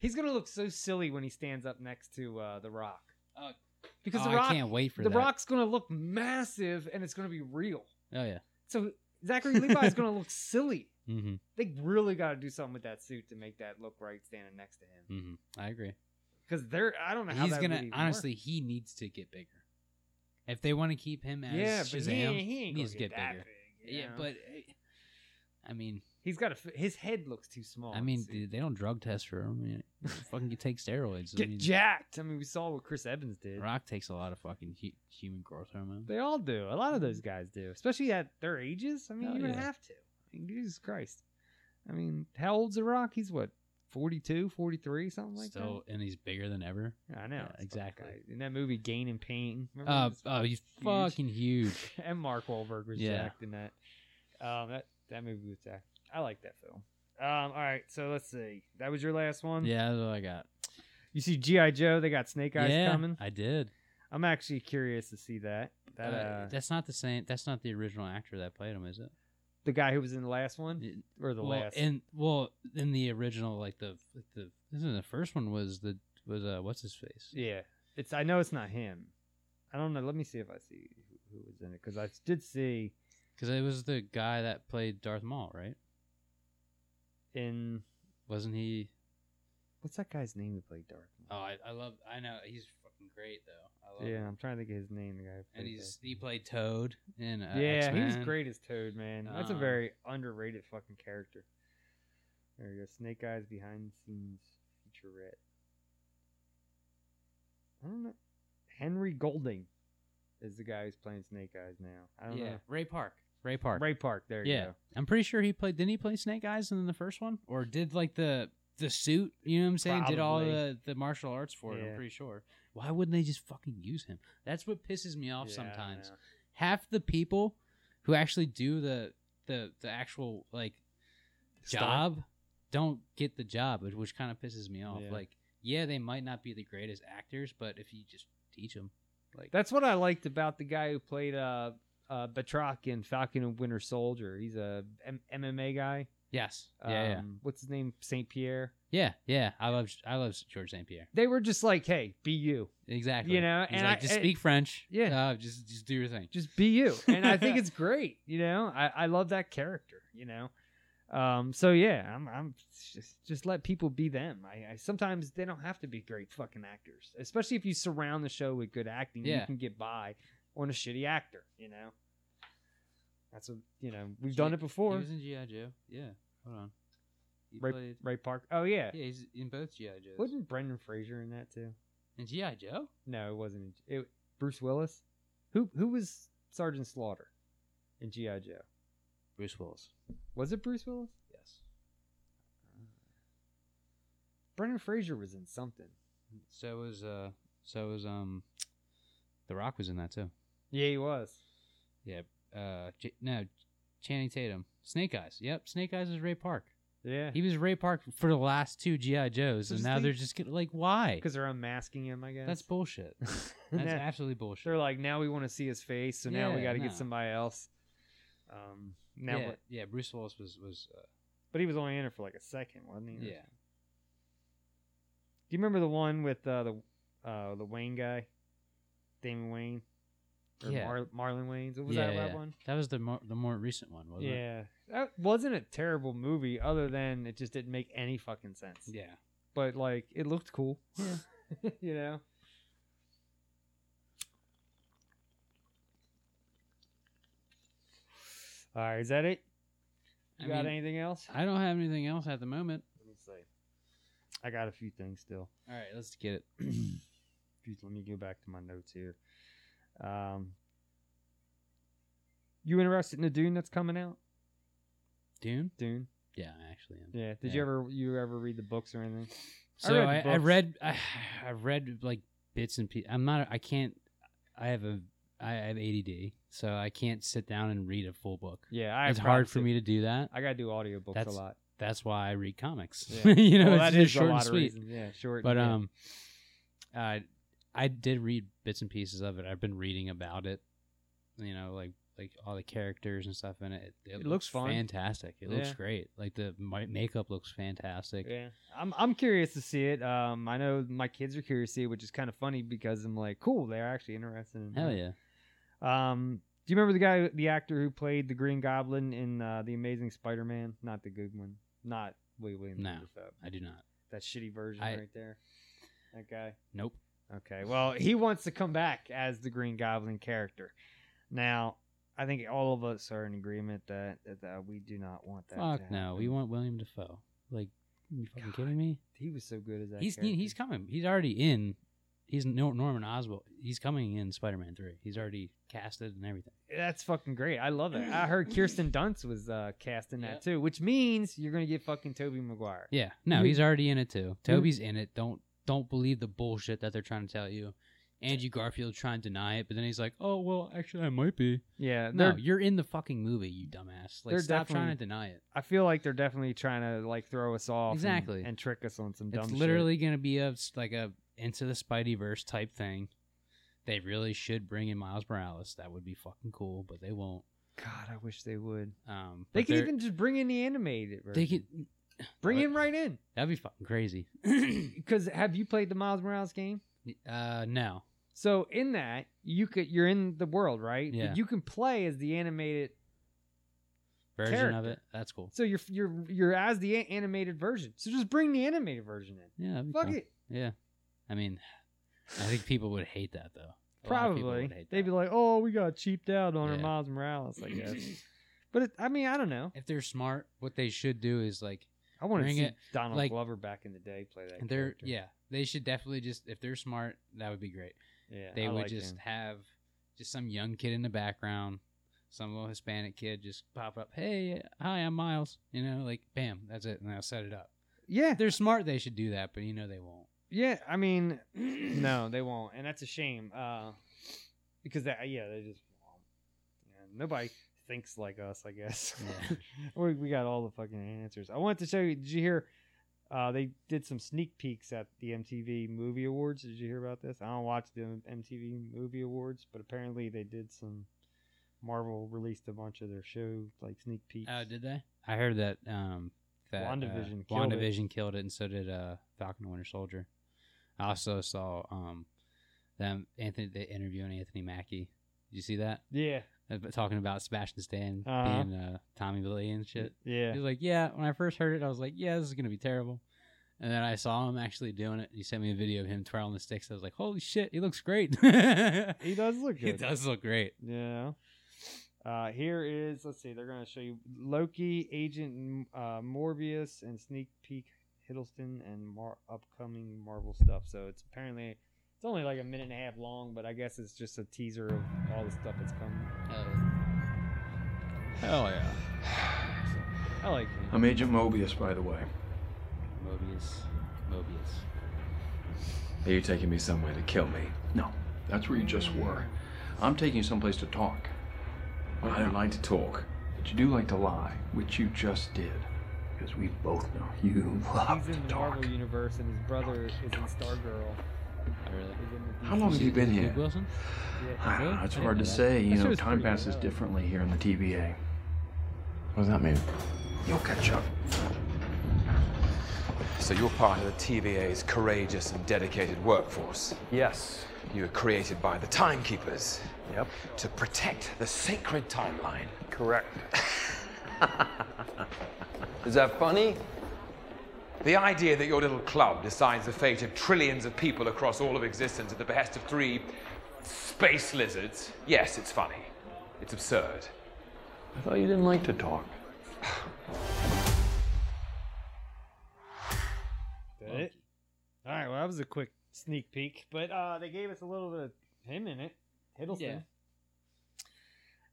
Speaker 3: he's gonna look so silly when he stands up next to uh, the Rock.
Speaker 4: Oh.
Speaker 3: because
Speaker 4: Oh,
Speaker 3: the Rock,
Speaker 4: I can't wait for
Speaker 3: the
Speaker 4: that.
Speaker 3: Rock's gonna look massive, and it's gonna be real.
Speaker 4: Oh yeah.
Speaker 3: So Zachary Levi's gonna look silly.
Speaker 4: Mm-hmm.
Speaker 3: They really got to do something with that suit to make that look right standing next to him.
Speaker 4: Mm-hmm. I agree.
Speaker 3: Because they're I don't know how
Speaker 4: He's
Speaker 3: that
Speaker 4: gonna
Speaker 3: would even work.
Speaker 4: honestly. He needs to get bigger. If they want to keep him as
Speaker 3: yeah, but
Speaker 4: Shazam,
Speaker 3: he, ain't- he ain't gonna
Speaker 4: needs
Speaker 3: get,
Speaker 4: to get,
Speaker 3: that
Speaker 4: bigger.
Speaker 3: big. you
Speaker 4: yeah,
Speaker 3: know?
Speaker 4: but eh, I mean,
Speaker 3: he's got a his head looks too small.
Speaker 4: I
Speaker 3: in the
Speaker 4: mean,
Speaker 3: suit.
Speaker 4: dude, they don't drug test for him. You know, fucking take steroids. I
Speaker 3: get
Speaker 4: mean,
Speaker 3: jacked. I mean, we saw what Chris Evans did.
Speaker 4: Rock takes a lot of fucking hu- human growth hormone.
Speaker 3: They all do. A lot of those guys do, especially at their ages. I mean,
Speaker 4: Mm-hmm. Oh,
Speaker 3: you would
Speaker 4: yeah.
Speaker 3: have to. I mean, Jesus Christ. I mean, how old's The Rock? He's what, 42, 43, something like
Speaker 4: Still, and he's bigger than ever.
Speaker 3: that? I know.
Speaker 4: Yeah,
Speaker 3: it's fucking
Speaker 4: exactly.
Speaker 3: crazy. In that movie, Gain and Pain. remember
Speaker 4: Uh,
Speaker 3: when it's
Speaker 4: oh, he's
Speaker 3: huge?
Speaker 4: fucking huge.
Speaker 3: and Mark Wahlberg was
Speaker 4: Yeah.
Speaker 3: jacked in that. Um, that, that movie was jacked. I like that film. Um, all right, so let's see. That was your last one.
Speaker 4: yeah, that's all I got.
Speaker 3: You see G.I. Joe, they got Snake Eyes
Speaker 4: yeah,
Speaker 3: coming.
Speaker 4: I did.
Speaker 3: I'm actually curious to see that. That
Speaker 4: Uh,
Speaker 3: uh,
Speaker 4: that's not the same. That's not the original actor that played him, is it?
Speaker 3: the guy who was in the last one
Speaker 4: It-
Speaker 3: or the
Speaker 4: well,
Speaker 3: last
Speaker 4: in well, in the original, like the like the this is the first one was the was uh what's his face?
Speaker 3: Yeah, it's. I know it's not him. I don't know. Let me see if I see who, who was in it because I did see
Speaker 4: Because it was the guy that played Darth Maul, right?
Speaker 3: in
Speaker 4: Wasn't he?
Speaker 3: what's that guy's name that played Darth Maul?
Speaker 4: Oh, I, I love. I know he's fucking great though. I love
Speaker 3: yeah,
Speaker 4: him.
Speaker 3: I'm trying to think of his name. The guy. who
Speaker 4: And
Speaker 3: played
Speaker 4: he's he played Toad in uh,
Speaker 3: Toad. yeah, he was
Speaker 4: X-Men.
Speaker 3: great as Toad, man. That's a
Speaker 4: Um,
Speaker 3: very underrated fucking character. There you go, Snake Eyes behind the scenes featurette. I don't know. Henry Golding is the guy who's playing Snake Eyes now. I don't
Speaker 4: yeah,
Speaker 3: know.
Speaker 4: Ray Park. Ray Park.
Speaker 3: Ray Park. There you
Speaker 4: yeah,
Speaker 3: go.
Speaker 4: I'm pretty sure he played. Didn't he play Snake Eyes in the first one, or did like the the suit? You know what I'm saying? Did all
Speaker 3: Probably.
Speaker 4: the the martial arts for it?
Speaker 3: Yeah.
Speaker 4: I'm pretty sure. Why wouldn't they just fucking use him? That's what pisses me off
Speaker 3: Yeah, I
Speaker 4: sometimes.
Speaker 3: know.
Speaker 4: Half the people who actually do the the the actual like
Speaker 3: Stunt.
Speaker 4: job don't get the job, which- which kind of pisses me off.
Speaker 3: Yeah.
Speaker 4: Like, yeah, they might not be the greatest actors, but if you just teach them, like
Speaker 3: That's what I liked about the guy who played uh, uh, Batroc in Falcon and Winter Soldier. He's a M- MMA guy. Um,
Speaker 4: yes, yeah, yeah.
Speaker 3: What's his name? Saint Pierre.
Speaker 4: Yeah, yeah. I love I love George St. Pierre.
Speaker 3: They were just like, "Hey, be you,
Speaker 4: Exactly.
Speaker 3: You know,
Speaker 4: He's
Speaker 3: and
Speaker 4: like,
Speaker 3: I-
Speaker 4: just
Speaker 3: I-
Speaker 4: speak French.
Speaker 3: yeah.
Speaker 4: Uh, just just do your thing.
Speaker 3: just be you," and I think it's great. You know, I, I love that character. You know, um, so yeah, I'm, I'm just just let people be them. I, I sometimes they don't have to be great fucking actors, especially if you surround the show with good acting.
Speaker 4: Yeah.
Speaker 3: You can get by on a shitty actor. You know, that's a you know we've
Speaker 4: G-
Speaker 3: done it
Speaker 4: He
Speaker 3: before.
Speaker 4: was in GI Joe. Yeah. Hold on. He
Speaker 3: Ray,
Speaker 4: played.
Speaker 3: Ray Park. Oh yeah.
Speaker 4: Yeah, he's in both GI Joes.
Speaker 3: Wasn't Brendan Fraser in that too?
Speaker 4: In GI Joe?
Speaker 3: No, it wasn't. in- It Bruce Willis. Who who was Sergeant Slaughter in GI Joe?
Speaker 4: Bruce Willis.
Speaker 3: Was it Bruce Willis?
Speaker 4: Yes.
Speaker 3: Brendan Fraser was in something.
Speaker 4: So was uh. So was um. The Rock was in that too.
Speaker 3: Yeah, he was.
Speaker 4: Yeah. Uh. J- no. Channing Tatum. Snake Eyes. Yep. Snake Eyes is Ray Park.
Speaker 3: Yeah,
Speaker 4: He was Ray Park for the last two GI Joes,
Speaker 3: So
Speaker 4: and
Speaker 3: just
Speaker 4: now
Speaker 3: think-
Speaker 4: they're just getting like, why?
Speaker 3: because they're unmasking him. I guess
Speaker 4: That's bullshit. That's
Speaker 3: Yeah.
Speaker 4: absolutely bullshit.
Speaker 3: They're like, now we want to see his face, so now we
Speaker 4: Yeah,
Speaker 3: got to
Speaker 4: no.
Speaker 3: get somebody else. Um, now,
Speaker 4: yeah,
Speaker 3: we're-
Speaker 4: yeah, Bruce Willis was was uh,
Speaker 3: but he was only in it for like a second, wasn't he?
Speaker 4: yeah.
Speaker 3: Do you remember the one with uh, the uh, the Wayne guy, Damon Wayne, or
Speaker 4: Yeah.
Speaker 3: Mar- Marlon Wayne? Was
Speaker 4: yeah,
Speaker 3: that
Speaker 4: yeah,
Speaker 3: that
Speaker 4: yeah.
Speaker 3: one?
Speaker 4: That was the more, the more recent one, wasn't it?
Speaker 3: yeah, that wasn't a terrible movie, other than it just didn't make any fucking sense.
Speaker 4: Yeah.
Speaker 3: but like it looked cool. Yeah, you know. All right, is that it? You
Speaker 4: I
Speaker 3: got
Speaker 4: mean,
Speaker 3: anything else?
Speaker 4: I don't have anything else at the moment.
Speaker 3: Let me see. I got a few things still.
Speaker 4: All right, let's get it.
Speaker 3: Jeez, Let me go back to my notes here. Um, you interested in the Dune that's coming out?
Speaker 4: Dune?
Speaker 3: Dune.
Speaker 4: Yeah, I actually am.
Speaker 3: Yeah. Did you ever you ever read the books or anything?
Speaker 4: So
Speaker 3: read the
Speaker 4: I read I,
Speaker 3: books.
Speaker 4: read I, I read like bits and pieces. I'm not. I can't. I have a. I have ADD, so I can't sit down and read a full book.
Speaker 3: Yeah, I
Speaker 4: it's
Speaker 3: have
Speaker 4: hard
Speaker 3: problems
Speaker 4: for
Speaker 3: too.
Speaker 4: me to do that.
Speaker 3: I gotta do audiobooks
Speaker 4: That's-
Speaker 3: a lot.
Speaker 4: That's why I read comics.
Speaker 3: Yeah.
Speaker 4: you know,
Speaker 3: Well,
Speaker 4: it's
Speaker 3: that
Speaker 4: just
Speaker 3: is
Speaker 4: short
Speaker 3: a lot
Speaker 4: and
Speaker 3: of
Speaker 4: sweet.
Speaker 3: reasons. Yeah, short.
Speaker 4: But
Speaker 3: yeah.
Speaker 4: um, I I did read bits and pieces of it. I've been reading about it. You know, like like all the characters and stuff in it. It,
Speaker 3: It looks fun.
Speaker 4: fantastic. It looks
Speaker 3: Yeah.
Speaker 4: great. Like the my makeup looks fantastic.
Speaker 3: Yeah, I'm I'm curious to see it. Um, I know my kids are curious to see it, which is kind of funny because I'm like, cool, they're actually interested. in
Speaker 4: Hell
Speaker 3: it.
Speaker 4: yeah.
Speaker 3: Um, do you remember the guy, the actor who played the Green Goblin in uh, the Amazing Spider-Man? Not the good one, not Willie Williams.
Speaker 4: No,
Speaker 3: that,
Speaker 4: I do not.
Speaker 3: that shitty version
Speaker 4: I-
Speaker 3: right there. That guy.
Speaker 4: Nope.
Speaker 3: Okay, well, he wants to come back as the Green Goblin character. Now, I think all of us are in agreement that, that we do not want that. to
Speaker 4: Fuck no. We
Speaker 3: happen.
Speaker 4: want William Defoe. Like, you fucking kidding me?
Speaker 3: He was so good as that.
Speaker 4: He's
Speaker 3: character.
Speaker 4: he's coming. He's already in. He's Nor- Norman Oswald. He's coming in Spider-Man Three. He's already casted and everything.
Speaker 3: That's fucking great. I love it. I heard Kirsten Dunst was uh, cast in
Speaker 4: Yep.
Speaker 3: that too, which means you're gonna get fucking Toby Maguire.
Speaker 4: Yeah, no,
Speaker 3: You-
Speaker 4: he's already in it too.
Speaker 3: Hmm.
Speaker 4: Toby's in it. Don't don't believe the bullshit that they're trying to tell you. Andrew Garfield trying to deny it, but then he's like, "Oh well, actually, I might be."
Speaker 3: Yeah,
Speaker 4: No,
Speaker 3: Uh, they're-
Speaker 4: you're in the fucking movie, you dumbass. Like,
Speaker 3: They're
Speaker 4: stop trying to
Speaker 3: definitely-
Speaker 4: deny it.
Speaker 3: I feel like they're definitely trying to like throw us off and-
Speaker 4: Exactly.
Speaker 3: and, trick us on some dumb.
Speaker 4: It's
Speaker 3: shit.
Speaker 4: literally gonna be a s- like a into the Spideyverse type thing. They really should bring in Miles Morales. That would be fucking cool, but they won't.
Speaker 3: God, I wish they would.
Speaker 4: Um,
Speaker 3: They
Speaker 4: but
Speaker 3: could
Speaker 4: they're-
Speaker 3: even just bring in the animated. Version.
Speaker 4: they could
Speaker 3: bring
Speaker 4: What?
Speaker 3: him right in.
Speaker 4: that'd be fucking crazy.
Speaker 3: Because have you played the Miles Morales game?
Speaker 4: Uh, no,
Speaker 3: So in that you could you're in the world right? But
Speaker 4: Yeah.
Speaker 3: You can play as the animated.
Speaker 4: version of
Speaker 3: Character.
Speaker 4: it. That's cool.
Speaker 3: So you're you're you're as the a- animated version. So just bring the animated version in.
Speaker 4: Yeah, that'd be
Speaker 3: Fuck
Speaker 4: cool.
Speaker 3: it.
Speaker 4: Yeah. I mean, I think people would hate that though.
Speaker 3: Probably. They'd be like, "Oh, we got cheaped out on our Miles Morales," I guess. but it, I mean, I don't know.
Speaker 4: If they're smart, what they should do is like
Speaker 3: I want to
Speaker 4: bring
Speaker 3: see
Speaker 4: it,
Speaker 3: Donald
Speaker 4: like-
Speaker 3: Glover back in the day play that.
Speaker 4: they're
Speaker 3: character.
Speaker 4: yeah, they should definitely just if they're smart, that would be great.
Speaker 3: Yeah,
Speaker 4: they
Speaker 3: I
Speaker 4: would
Speaker 3: like
Speaker 4: just
Speaker 3: him.
Speaker 4: have just some young kid in the background, some little Hispanic kid just pop up. Hey, hi, I'm Miles. You know, like bam, that's it, and I'll set it up.
Speaker 3: Yeah,
Speaker 4: they're smart. They should do that, but you know they won't.
Speaker 3: Yeah, I mean, no, they won't, and that's a shame. Uh, because that, yeah, they just won't. Yeah, nobody thinks like us, I guess. we, we got all the fucking answers. I wanted to show you. Did you hear? Uh, they did some sneak peeks at the MTV Movie Awards. Did you hear about this? I don't watch the MTV Movie Awards, but apparently they did some. Marvel released a bunch of their show like sneak peeks.
Speaker 4: Oh, did they? I heard that um that uh,
Speaker 3: WandaVision killed it.
Speaker 4: WandaVision killed it and so did uh Falcon and Winter Soldier. I also saw um them Anthony the interview on Anthony Mackie. Did you see that?
Speaker 3: Yeah.
Speaker 4: Uh, but Talking about Sebastian Stan
Speaker 3: Uh-huh.
Speaker 4: being uh, Tommy Lee and shit.
Speaker 3: Yeah.
Speaker 4: He was like, Yeah, when I first heard it, I was like, Yeah, this is gonna be terrible. And then I saw him actually doing it. He sent me a video of him twirling the sticks. I was like, Holy shit, he looks great.
Speaker 3: he does look
Speaker 4: He
Speaker 3: good.
Speaker 4: does look great.
Speaker 3: Yeah. Uh, here is let's see. They're going to show you Loki, Agent uh, Morbius, and sneak peek Hiddleston and mar- upcoming Marvel stuff. So it's apparently it's only like a minute and a half long, but I guess it's just a teaser of all the stuff that's coming.
Speaker 4: Uh, Hell yeah.
Speaker 3: I like him.
Speaker 17: I'm Agent Mobius, by the way.
Speaker 4: Mobius. Mobius.
Speaker 17: Are you taking me somewhere to kill me? No, that's where you just were. I'm taking you someplace to talk. Well, I don't like to talk, but you do like to lie, which you just did. Because we both know you love
Speaker 3: He's in the Marvel universe, and his brother is in Stargirl.
Speaker 4: Really?
Speaker 17: How long have you been here?
Speaker 4: Luke Wilson?
Speaker 17: I don't know, it's
Speaker 4: I didn't
Speaker 17: hard
Speaker 4: know
Speaker 17: to
Speaker 4: that.
Speaker 17: say. You
Speaker 4: That
Speaker 17: know,
Speaker 4: show's
Speaker 17: time
Speaker 4: pretty good,
Speaker 17: passes
Speaker 4: though.
Speaker 17: differently here in the TBA. What does that mean? You'll catch up.
Speaker 18: So you're part of the TVA's courageous and dedicated workforce. Yes. You were created by the Timekeepers. Yep. To protect the sacred timeline. Correct. Is that funny? The idea that your little club decides the fate of trillions of people across all of existence at the behest of three space lizards. Yes, it's funny. It's absurd.
Speaker 17: I thought you didn't like to talk.
Speaker 3: That it? All right. Well, that was a quick sneak peek, but uh, they gave us a little bit of him in it, Hiddleston.
Speaker 4: Yeah.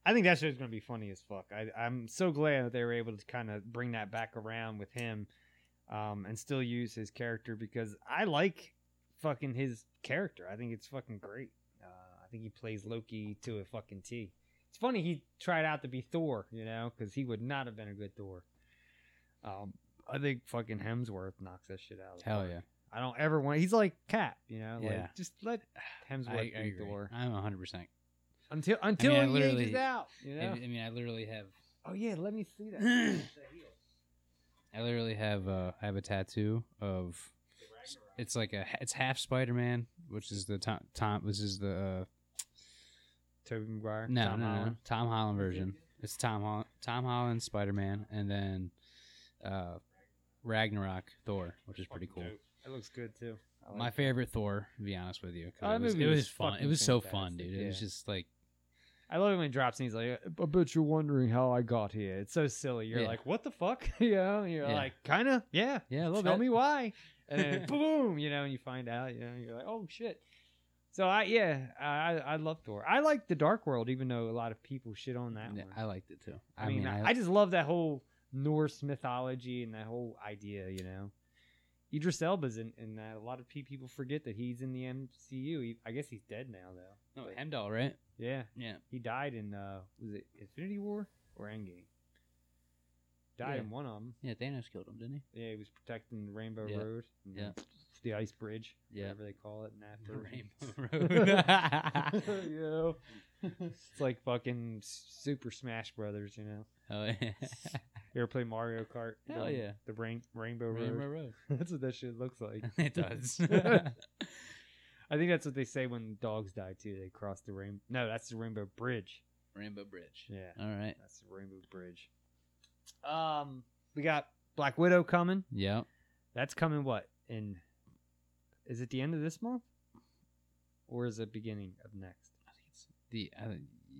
Speaker 3: I think that show's gonna be funny as fuck. I, I'm so glad that they were able to kind of bring that back around with him, um, and still use his character because I like fucking his character. I think it's fucking great. Uh, I think he plays Loki to a fucking T. It's funny he tried out to be Thor, you know, because he would not have been a good Thor. Um, I think fucking Hemsworth knocks that shit out. of the
Speaker 4: Hell
Speaker 3: park.
Speaker 4: yeah.
Speaker 3: I don't ever want. He's like Cap, you know.
Speaker 4: Yeah.
Speaker 3: Like, just let Hemsworth
Speaker 4: I, I
Speaker 3: be
Speaker 4: agree.
Speaker 3: Thor
Speaker 4: I'm 100. percent
Speaker 3: until until
Speaker 4: I
Speaker 3: he ages
Speaker 4: literally-
Speaker 3: out. You
Speaker 4: I,
Speaker 3: know.
Speaker 4: I mean, I literally have,
Speaker 3: oh yeah, let me see that.
Speaker 4: I literally have, uh, I have a tattoo of, it's like a, it's half Spider Man, which is the Tom, Tom which is the,
Speaker 3: Tobey
Speaker 4: uh,
Speaker 3: Maguire.
Speaker 4: no,
Speaker 3: Tom
Speaker 4: no, no,
Speaker 3: Holland.
Speaker 4: Tom Holland version. It's Tom Holland, Tom Holland Spider Man, and then, uh, Ragnarok Thor, which is pretty cool.
Speaker 3: That looks good too. I like
Speaker 4: My
Speaker 3: it.
Speaker 4: favorite Thor, to be honest with you, 'cause
Speaker 3: Oh, that
Speaker 4: it was,
Speaker 3: movie
Speaker 4: it
Speaker 3: was
Speaker 4: was fun. It
Speaker 3: fucking
Speaker 4: was so fun,
Speaker 3: fantastic,
Speaker 4: dude. It was
Speaker 3: yeah.
Speaker 4: just like.
Speaker 3: I love it when he drops and he's like, "Uh, "I bet you're wondering how I got here." It's so silly. You're
Speaker 4: Yeah.
Speaker 3: like, "What the fuck?" you know. You're
Speaker 4: Yeah.
Speaker 3: like, "Kind of, yeah,
Speaker 4: Yeah, a little
Speaker 3: Tell
Speaker 4: bit.
Speaker 3: me why. And then boom, you know, and you find out. You know, you're like, "Oh shit." So I yeah, I I I love Thor. I like the Dark World, even though a lot of people shit on that
Speaker 4: Yeah,
Speaker 3: one.
Speaker 4: I liked it too.
Speaker 3: I, mean, I, I just love that whole Norse mythology and that whole idea, you know. Idris Elba's in, in that. A lot of pe- people forget that he's in the MCU. He, I guess he's dead now, though.
Speaker 4: no Hemdall, Oh, right?
Speaker 3: Yeah.
Speaker 4: Yeah.
Speaker 3: He died in, uh, was it Infinity War or Endgame? Died
Speaker 4: Yeah.
Speaker 3: in one of them.
Speaker 4: Yeah, Thanos killed him, didn't he?
Speaker 3: Yeah, he was protecting Rainbow
Speaker 4: Yeah.
Speaker 3: Road. and
Speaker 4: Yeah.
Speaker 3: The Ice Bridge,
Speaker 4: Yeah.
Speaker 3: whatever they call it. in that
Speaker 4: Rainbow Road.
Speaker 3: you know? It's like fucking Super Smash Brothers, you know?
Speaker 4: Oh yeah.
Speaker 3: You ever play Mario Kart? You
Speaker 4: Hell
Speaker 3: know,
Speaker 4: yeah.
Speaker 3: The rain, Rainbow,
Speaker 4: Rainbow
Speaker 3: Road.
Speaker 4: Road.
Speaker 3: that's what that shit looks like.
Speaker 4: It does.
Speaker 3: I think that's what they say when dogs die too. They cross the rain. No, that's the Rainbow Bridge.
Speaker 4: Rainbow Bridge.
Speaker 3: Yeah.
Speaker 4: All right.
Speaker 3: That's the Rainbow Bridge. Um, we got Black Widow coming.
Speaker 4: Yeah.
Speaker 3: That's coming what? In is it the end of this month? or is it beginning of next?
Speaker 4: I think it's the uh,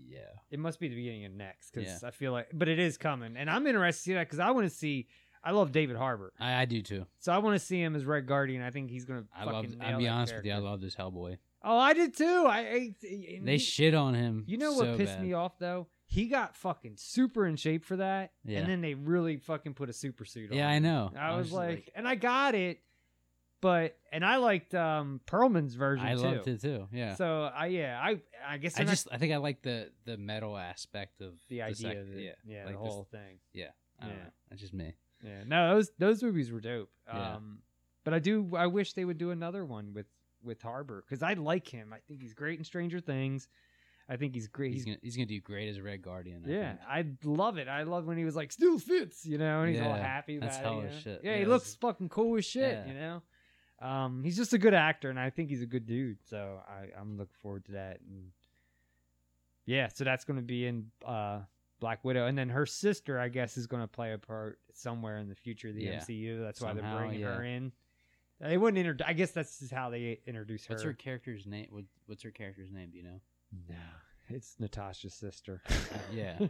Speaker 4: yeah.
Speaker 3: It must be the beginning of next because
Speaker 4: Yeah.
Speaker 3: I feel like, but it is coming, and I'm interested to see that because I want to see. I love David Harbour,
Speaker 4: I, I do too.
Speaker 3: so I want to see him as Red Guardian. I think he's gonna.
Speaker 4: I
Speaker 3: fucking
Speaker 4: love.
Speaker 3: Nail
Speaker 4: I'll be
Speaker 3: that
Speaker 4: honest
Speaker 3: character.
Speaker 4: with you. I love this Hellboy.
Speaker 3: Oh, I did too. I, I and
Speaker 4: They
Speaker 3: he-
Speaker 4: shit on him.
Speaker 3: You know
Speaker 4: so
Speaker 3: what pissed
Speaker 4: bad.
Speaker 3: me off though? He got fucking super in shape for that,
Speaker 4: Yeah.
Speaker 3: and then they really fucking put a super suit on.
Speaker 4: Yeah, I
Speaker 3: him.
Speaker 4: know.
Speaker 3: I, was,
Speaker 4: just
Speaker 3: like, and I got it, but and I liked um Perlman's version.
Speaker 4: I
Speaker 3: too.
Speaker 4: loved it too. Yeah.
Speaker 3: So I yeah I I guess
Speaker 4: I
Speaker 3: they're not-
Speaker 4: just I think I like the the metal aspect of
Speaker 3: the idea
Speaker 4: sec-
Speaker 3: of it.
Speaker 4: yeah
Speaker 3: yeah
Speaker 4: like
Speaker 3: the
Speaker 4: this-
Speaker 3: whole thing.
Speaker 4: yeah I don't
Speaker 3: Yeah.
Speaker 4: know. that's just me
Speaker 3: Yeah, no, those those movies were dope.
Speaker 4: Yeah.
Speaker 3: Um, but I do I wish they would do another one with with Harbor because I like him. I think he's great in Stranger Things. I think he's great.
Speaker 4: he's, gonna he's gonna do great as Red Guardian I
Speaker 3: yeah,
Speaker 4: think.
Speaker 3: I love it. I love when he was like still fits, you know, and he's all
Speaker 4: Yeah,
Speaker 3: happy about
Speaker 4: that's
Speaker 3: it. you
Speaker 4: hella
Speaker 3: know?
Speaker 4: shit.
Speaker 3: Yeah,
Speaker 4: Yeah,
Speaker 3: he
Speaker 4: that's-
Speaker 3: looks fucking cool as shit, you
Speaker 4: Yeah.
Speaker 3: know. Um, he's just a good actor, and I think he's a good dude. So I, I'm looking forward to that. And yeah, so that's going to be in uh, Black Widow, and then her sister, I guess, is going to play a part somewhere in the future of the
Speaker 4: Yeah.
Speaker 3: MCU. That's why
Speaker 4: Somehow,
Speaker 3: they're bringing
Speaker 4: yeah.
Speaker 3: her in. They wouldn't introduce. I guess that's just how they introduce
Speaker 4: what's her character's name what, what's her character's name do you know
Speaker 3: No, it's Natasha's sister.
Speaker 4: Yeah.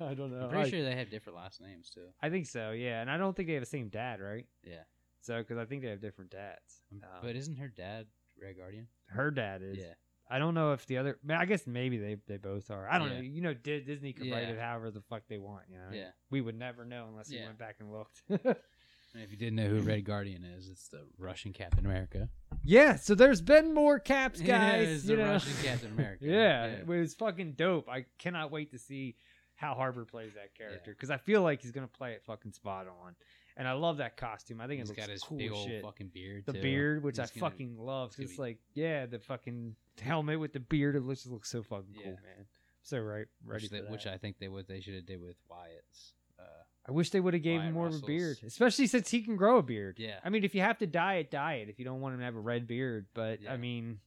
Speaker 3: I don't know.
Speaker 4: I'm pretty
Speaker 3: Uh, I-
Speaker 4: sure they have different last names too
Speaker 3: I think so, yeah. And I don't think they have the same dad, right?
Speaker 4: yeah
Speaker 3: So, because I think they have different dads. Um,
Speaker 4: but isn't her dad Red Guardian
Speaker 3: her dad is.
Speaker 4: yeah
Speaker 3: I don't know if the other. I, mean, I guess maybe they, they both are. I don't
Speaker 4: Yeah.
Speaker 3: know. You know, Di- Disney could write
Speaker 4: Yeah.
Speaker 3: it however the fuck they want. You know.
Speaker 4: Yeah.
Speaker 3: We would never know unless we
Speaker 4: Yeah.
Speaker 3: went back and looked.
Speaker 4: and if you didn't know who Red Guardian is it's the Russian Captain America
Speaker 3: yeah. So there's been more caps,
Speaker 4: Yeah,
Speaker 3: guys.
Speaker 4: it's
Speaker 3: you
Speaker 4: the
Speaker 3: know?
Speaker 4: Russian Captain America.
Speaker 3: yeah,
Speaker 4: Yeah.
Speaker 3: It was fucking dope. I cannot wait to see how Harper plays that character because I feel like he's gonna play it fucking spot on. And I love that costume. I think
Speaker 4: he's
Speaker 3: it looks
Speaker 4: got his
Speaker 3: cool
Speaker 4: big
Speaker 3: as
Speaker 4: old
Speaker 3: shit.
Speaker 4: fucking beard
Speaker 3: the
Speaker 4: too.
Speaker 3: beard, which
Speaker 4: He's
Speaker 3: I
Speaker 4: gonna-
Speaker 3: fucking love.
Speaker 4: gonna
Speaker 3: It's,
Speaker 4: be-
Speaker 3: like, yeah, the fucking helmet with the beard. It looks just looks so fucking
Speaker 4: Yeah.
Speaker 3: cool, man. So right, ready
Speaker 4: which,
Speaker 3: for
Speaker 4: they-
Speaker 3: that.
Speaker 4: which I think they what they should have did with Wyatt's uh
Speaker 3: I wish they would have gave
Speaker 4: Wyatt
Speaker 3: him more of
Speaker 4: Russell's-
Speaker 3: a beard, especially since he can grow a beard.
Speaker 4: Yeah.
Speaker 3: I mean, if you have to dye it, dye it. If you don't want him to have a red beard, but
Speaker 4: Yeah.
Speaker 3: I mean,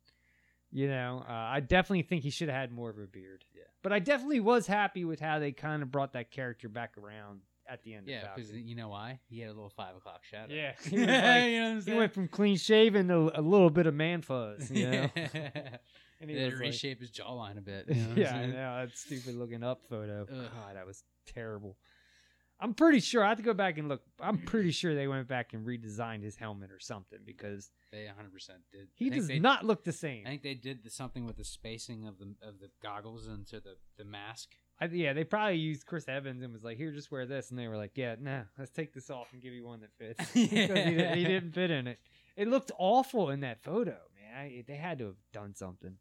Speaker 3: you know, uh, I definitely think he should have had more of a beard.
Speaker 4: Yeah.
Speaker 3: But I definitely was happy with how they kind of brought that character back around at the end.
Speaker 4: Yeah,
Speaker 3: of
Speaker 4: because
Speaker 3: Falcon.
Speaker 4: you know why? He had a little five o'clock shadow.
Speaker 3: Yeah. He
Speaker 4: you
Speaker 3: was
Speaker 4: know what
Speaker 3: like-
Speaker 4: I'm
Speaker 3: he
Speaker 4: saying?
Speaker 3: went from clean shaven to a little bit of man fuzz. You know? And
Speaker 4: and
Speaker 3: he
Speaker 4: he had
Speaker 3: was
Speaker 4: to
Speaker 3: like-
Speaker 4: reshape his jawline a bit.
Speaker 3: yeah, I know that stupid looking up photo.
Speaker 4: Ugh.
Speaker 3: God, that was terrible. I'm pretty sure I have to go back and look. I'm pretty sure they went back and redesigned his helmet or something because
Speaker 4: They 100 percent did. I
Speaker 3: he
Speaker 4: think
Speaker 3: does
Speaker 4: they-
Speaker 3: not look the same.
Speaker 4: I think they did the, something with the spacing of the of the goggles into the the mask.
Speaker 3: I, yeah, they probably used Chris Evans and was like, "Here, just wear this," and they were like, "Yeah, nah, let's take this off and give you one that fits." 'Cause he, didn't, he didn't fit in it. It looked awful in that photo, man. I, they had to have done something.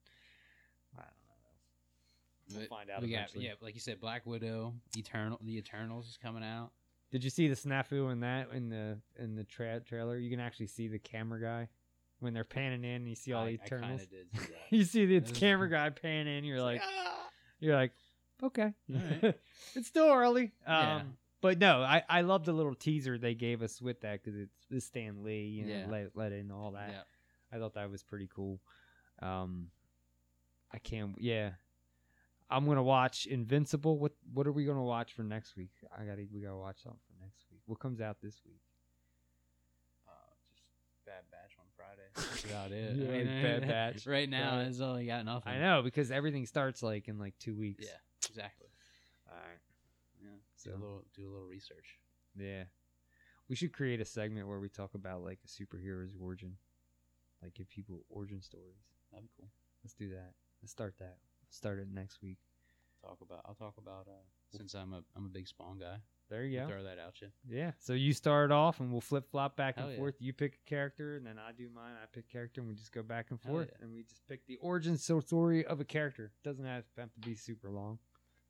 Speaker 3: I don't know. We'll
Speaker 4: But
Speaker 3: find out
Speaker 4: we got-
Speaker 3: eventually.
Speaker 4: yeah, like you said, Black Widow, Eternal, the Eternals is coming out.
Speaker 3: Did you see the snafu in that in the in the tra- trailer? You can actually see the camera guy when they're panning in. and You see all
Speaker 4: I,
Speaker 3: the
Speaker 4: I kind
Speaker 3: Eternals.
Speaker 4: of did. See that.
Speaker 3: you see the
Speaker 4: That was-
Speaker 3: camera guy pan in. You're like,
Speaker 4: "Ah!"
Speaker 3: you're like, okay,
Speaker 4: Alright.
Speaker 3: it's still early. Um,
Speaker 4: Yeah.
Speaker 3: but no, I I love the little teaser they gave us with that because it's, it's Stan Lee, you know,
Speaker 4: Yeah.
Speaker 3: let let in all that.
Speaker 4: Yeah.
Speaker 3: I thought that was pretty cool. Um, I can't. Yeah, I'm gonna watch Invincible. What What are we gonna watch for next week? I gotta. We gotta watch something for next week. What comes out this week?
Speaker 4: Uh, just Bad Batch on Friday. That's about it.
Speaker 3: Yeah,
Speaker 4: I mean,
Speaker 3: Bad Batch.
Speaker 4: Right now,
Speaker 3: Right.
Speaker 4: it's all I got nothing.
Speaker 3: I know because everything starts like in like two weeks.
Speaker 4: Yeah, exactly.
Speaker 3: All right.
Speaker 4: Yeah.
Speaker 3: So-
Speaker 4: do a little do a little research.
Speaker 3: Yeah. We should create a segment where we talk about like a superhero's origin, like give people origin stories.
Speaker 4: That'd be cool.
Speaker 3: Let's do that. Let's start that. Start it next week.
Speaker 4: Talk about. I'll talk about uh, since I'm a I'm a big Spawn guy.
Speaker 3: There you
Speaker 4: I'll
Speaker 3: go.
Speaker 4: Throw that out you.
Speaker 3: Yeah. So you start off, and we'll flip flop back
Speaker 4: Hell
Speaker 3: and
Speaker 4: yeah.
Speaker 3: forth. You pick a character, and then I do mine. I pick character, and we just go back and
Speaker 4: Hell
Speaker 3: forth,
Speaker 4: yeah.
Speaker 3: and we just pick the origin so- story of a character. Doesn't have have to be super long.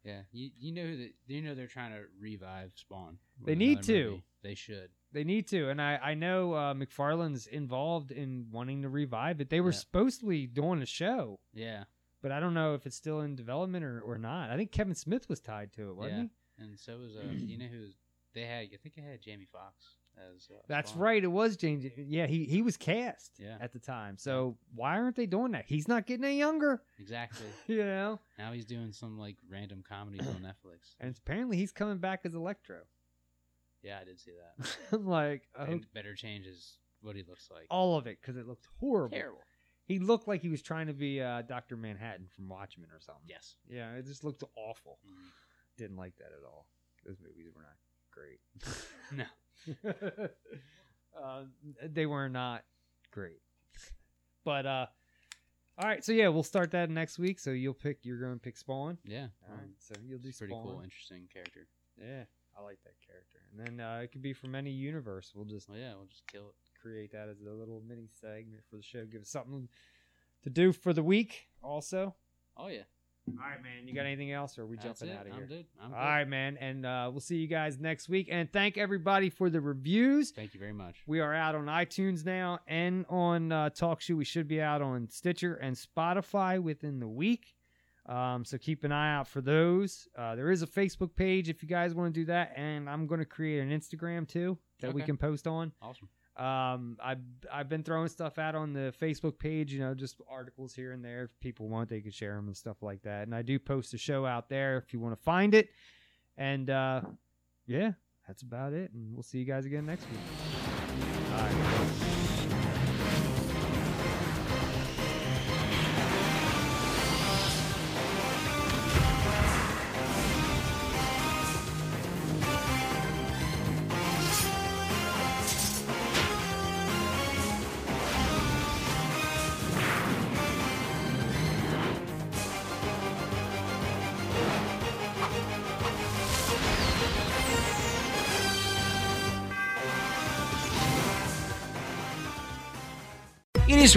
Speaker 4: Yeah, you you know that you know they're trying to revive Spawn.
Speaker 3: They
Speaker 4: with
Speaker 3: need
Speaker 4: another
Speaker 3: to.
Speaker 4: movie. They should.
Speaker 3: They need to, and I I know uh, McFarlane's involved in wanting to revive it. They were
Speaker 4: Yeah.
Speaker 3: supposed to be doing a show,
Speaker 4: Yeah,
Speaker 3: but I don't know if it's still in development or, or not. I think Kevin Smith was tied to it, wasn't
Speaker 4: yeah.
Speaker 3: he?
Speaker 4: And so was uh, you know who they had? I think they had Jamie Fox as. Uh,
Speaker 3: That's
Speaker 4: Spawn.
Speaker 3: right. It was James. Yeah, he he was cast
Speaker 4: Yeah.
Speaker 3: at the time. So why aren't they doing that? He's not getting any younger,
Speaker 4: Exactly.
Speaker 3: you know.
Speaker 4: now he's doing some like random comedies on Netflix.
Speaker 3: And apparently he's coming back as Electro.
Speaker 4: Yeah, I did see that.
Speaker 3: I'm like, oh,
Speaker 4: And better changes what he looks like.
Speaker 3: all of it because it looked horrible.
Speaker 4: terrible.
Speaker 3: He looked like he was trying to be uh, Doctor Manhattan from Watchmen or something.
Speaker 4: Yes. Mm-hmm.
Speaker 3: Yeah, it just looked awful. Didn't like that at all. Those movies were not great.
Speaker 4: No.
Speaker 3: uh, they were not great. But uh, all right, so yeah, we'll start that next week. So you'll pick. You're going to pick Spawn.
Speaker 4: Yeah.
Speaker 3: All right, so you'll do
Speaker 4: Mm-hmm. It's pretty
Speaker 3: Spawn.
Speaker 4: cool, interesting character.
Speaker 3: Yeah, I like that character. And then uh, it could be from any universe. We'll just
Speaker 4: yeah, we'll just kill it.
Speaker 3: Create that as a little mini segment for the show. Give us something to do for the week. Also,
Speaker 4: Oh yeah.
Speaker 3: All right, man. You got anything else, or are we
Speaker 4: That's
Speaker 3: jumping
Speaker 4: it.
Speaker 3: out of
Speaker 4: I'm
Speaker 3: here?
Speaker 4: good. I'm
Speaker 3: All
Speaker 4: good.
Speaker 3: right, man. And uh, we'll see you guys next week. And thank everybody for the reviews.
Speaker 4: Thank you very much.
Speaker 3: We are out on iTunes now and on uh, TalkShoe. We should be out on Stitcher and Spotify within the week. Um, so keep an eye out for those. Uh, there is a Facebook page if you guys want to do that, and I'm going to create an Instagram too that we
Speaker 4: Okay.
Speaker 3: can post on.
Speaker 4: Awesome.
Speaker 3: Um, I've I've been throwing stuff out on the Facebook page, you know, just articles here and there. If people want, they can share them and stuff like that. And I do post a show out there if you want to find it. And uh, yeah, that's about it. And we'll see you guys again next week.
Speaker 19: It is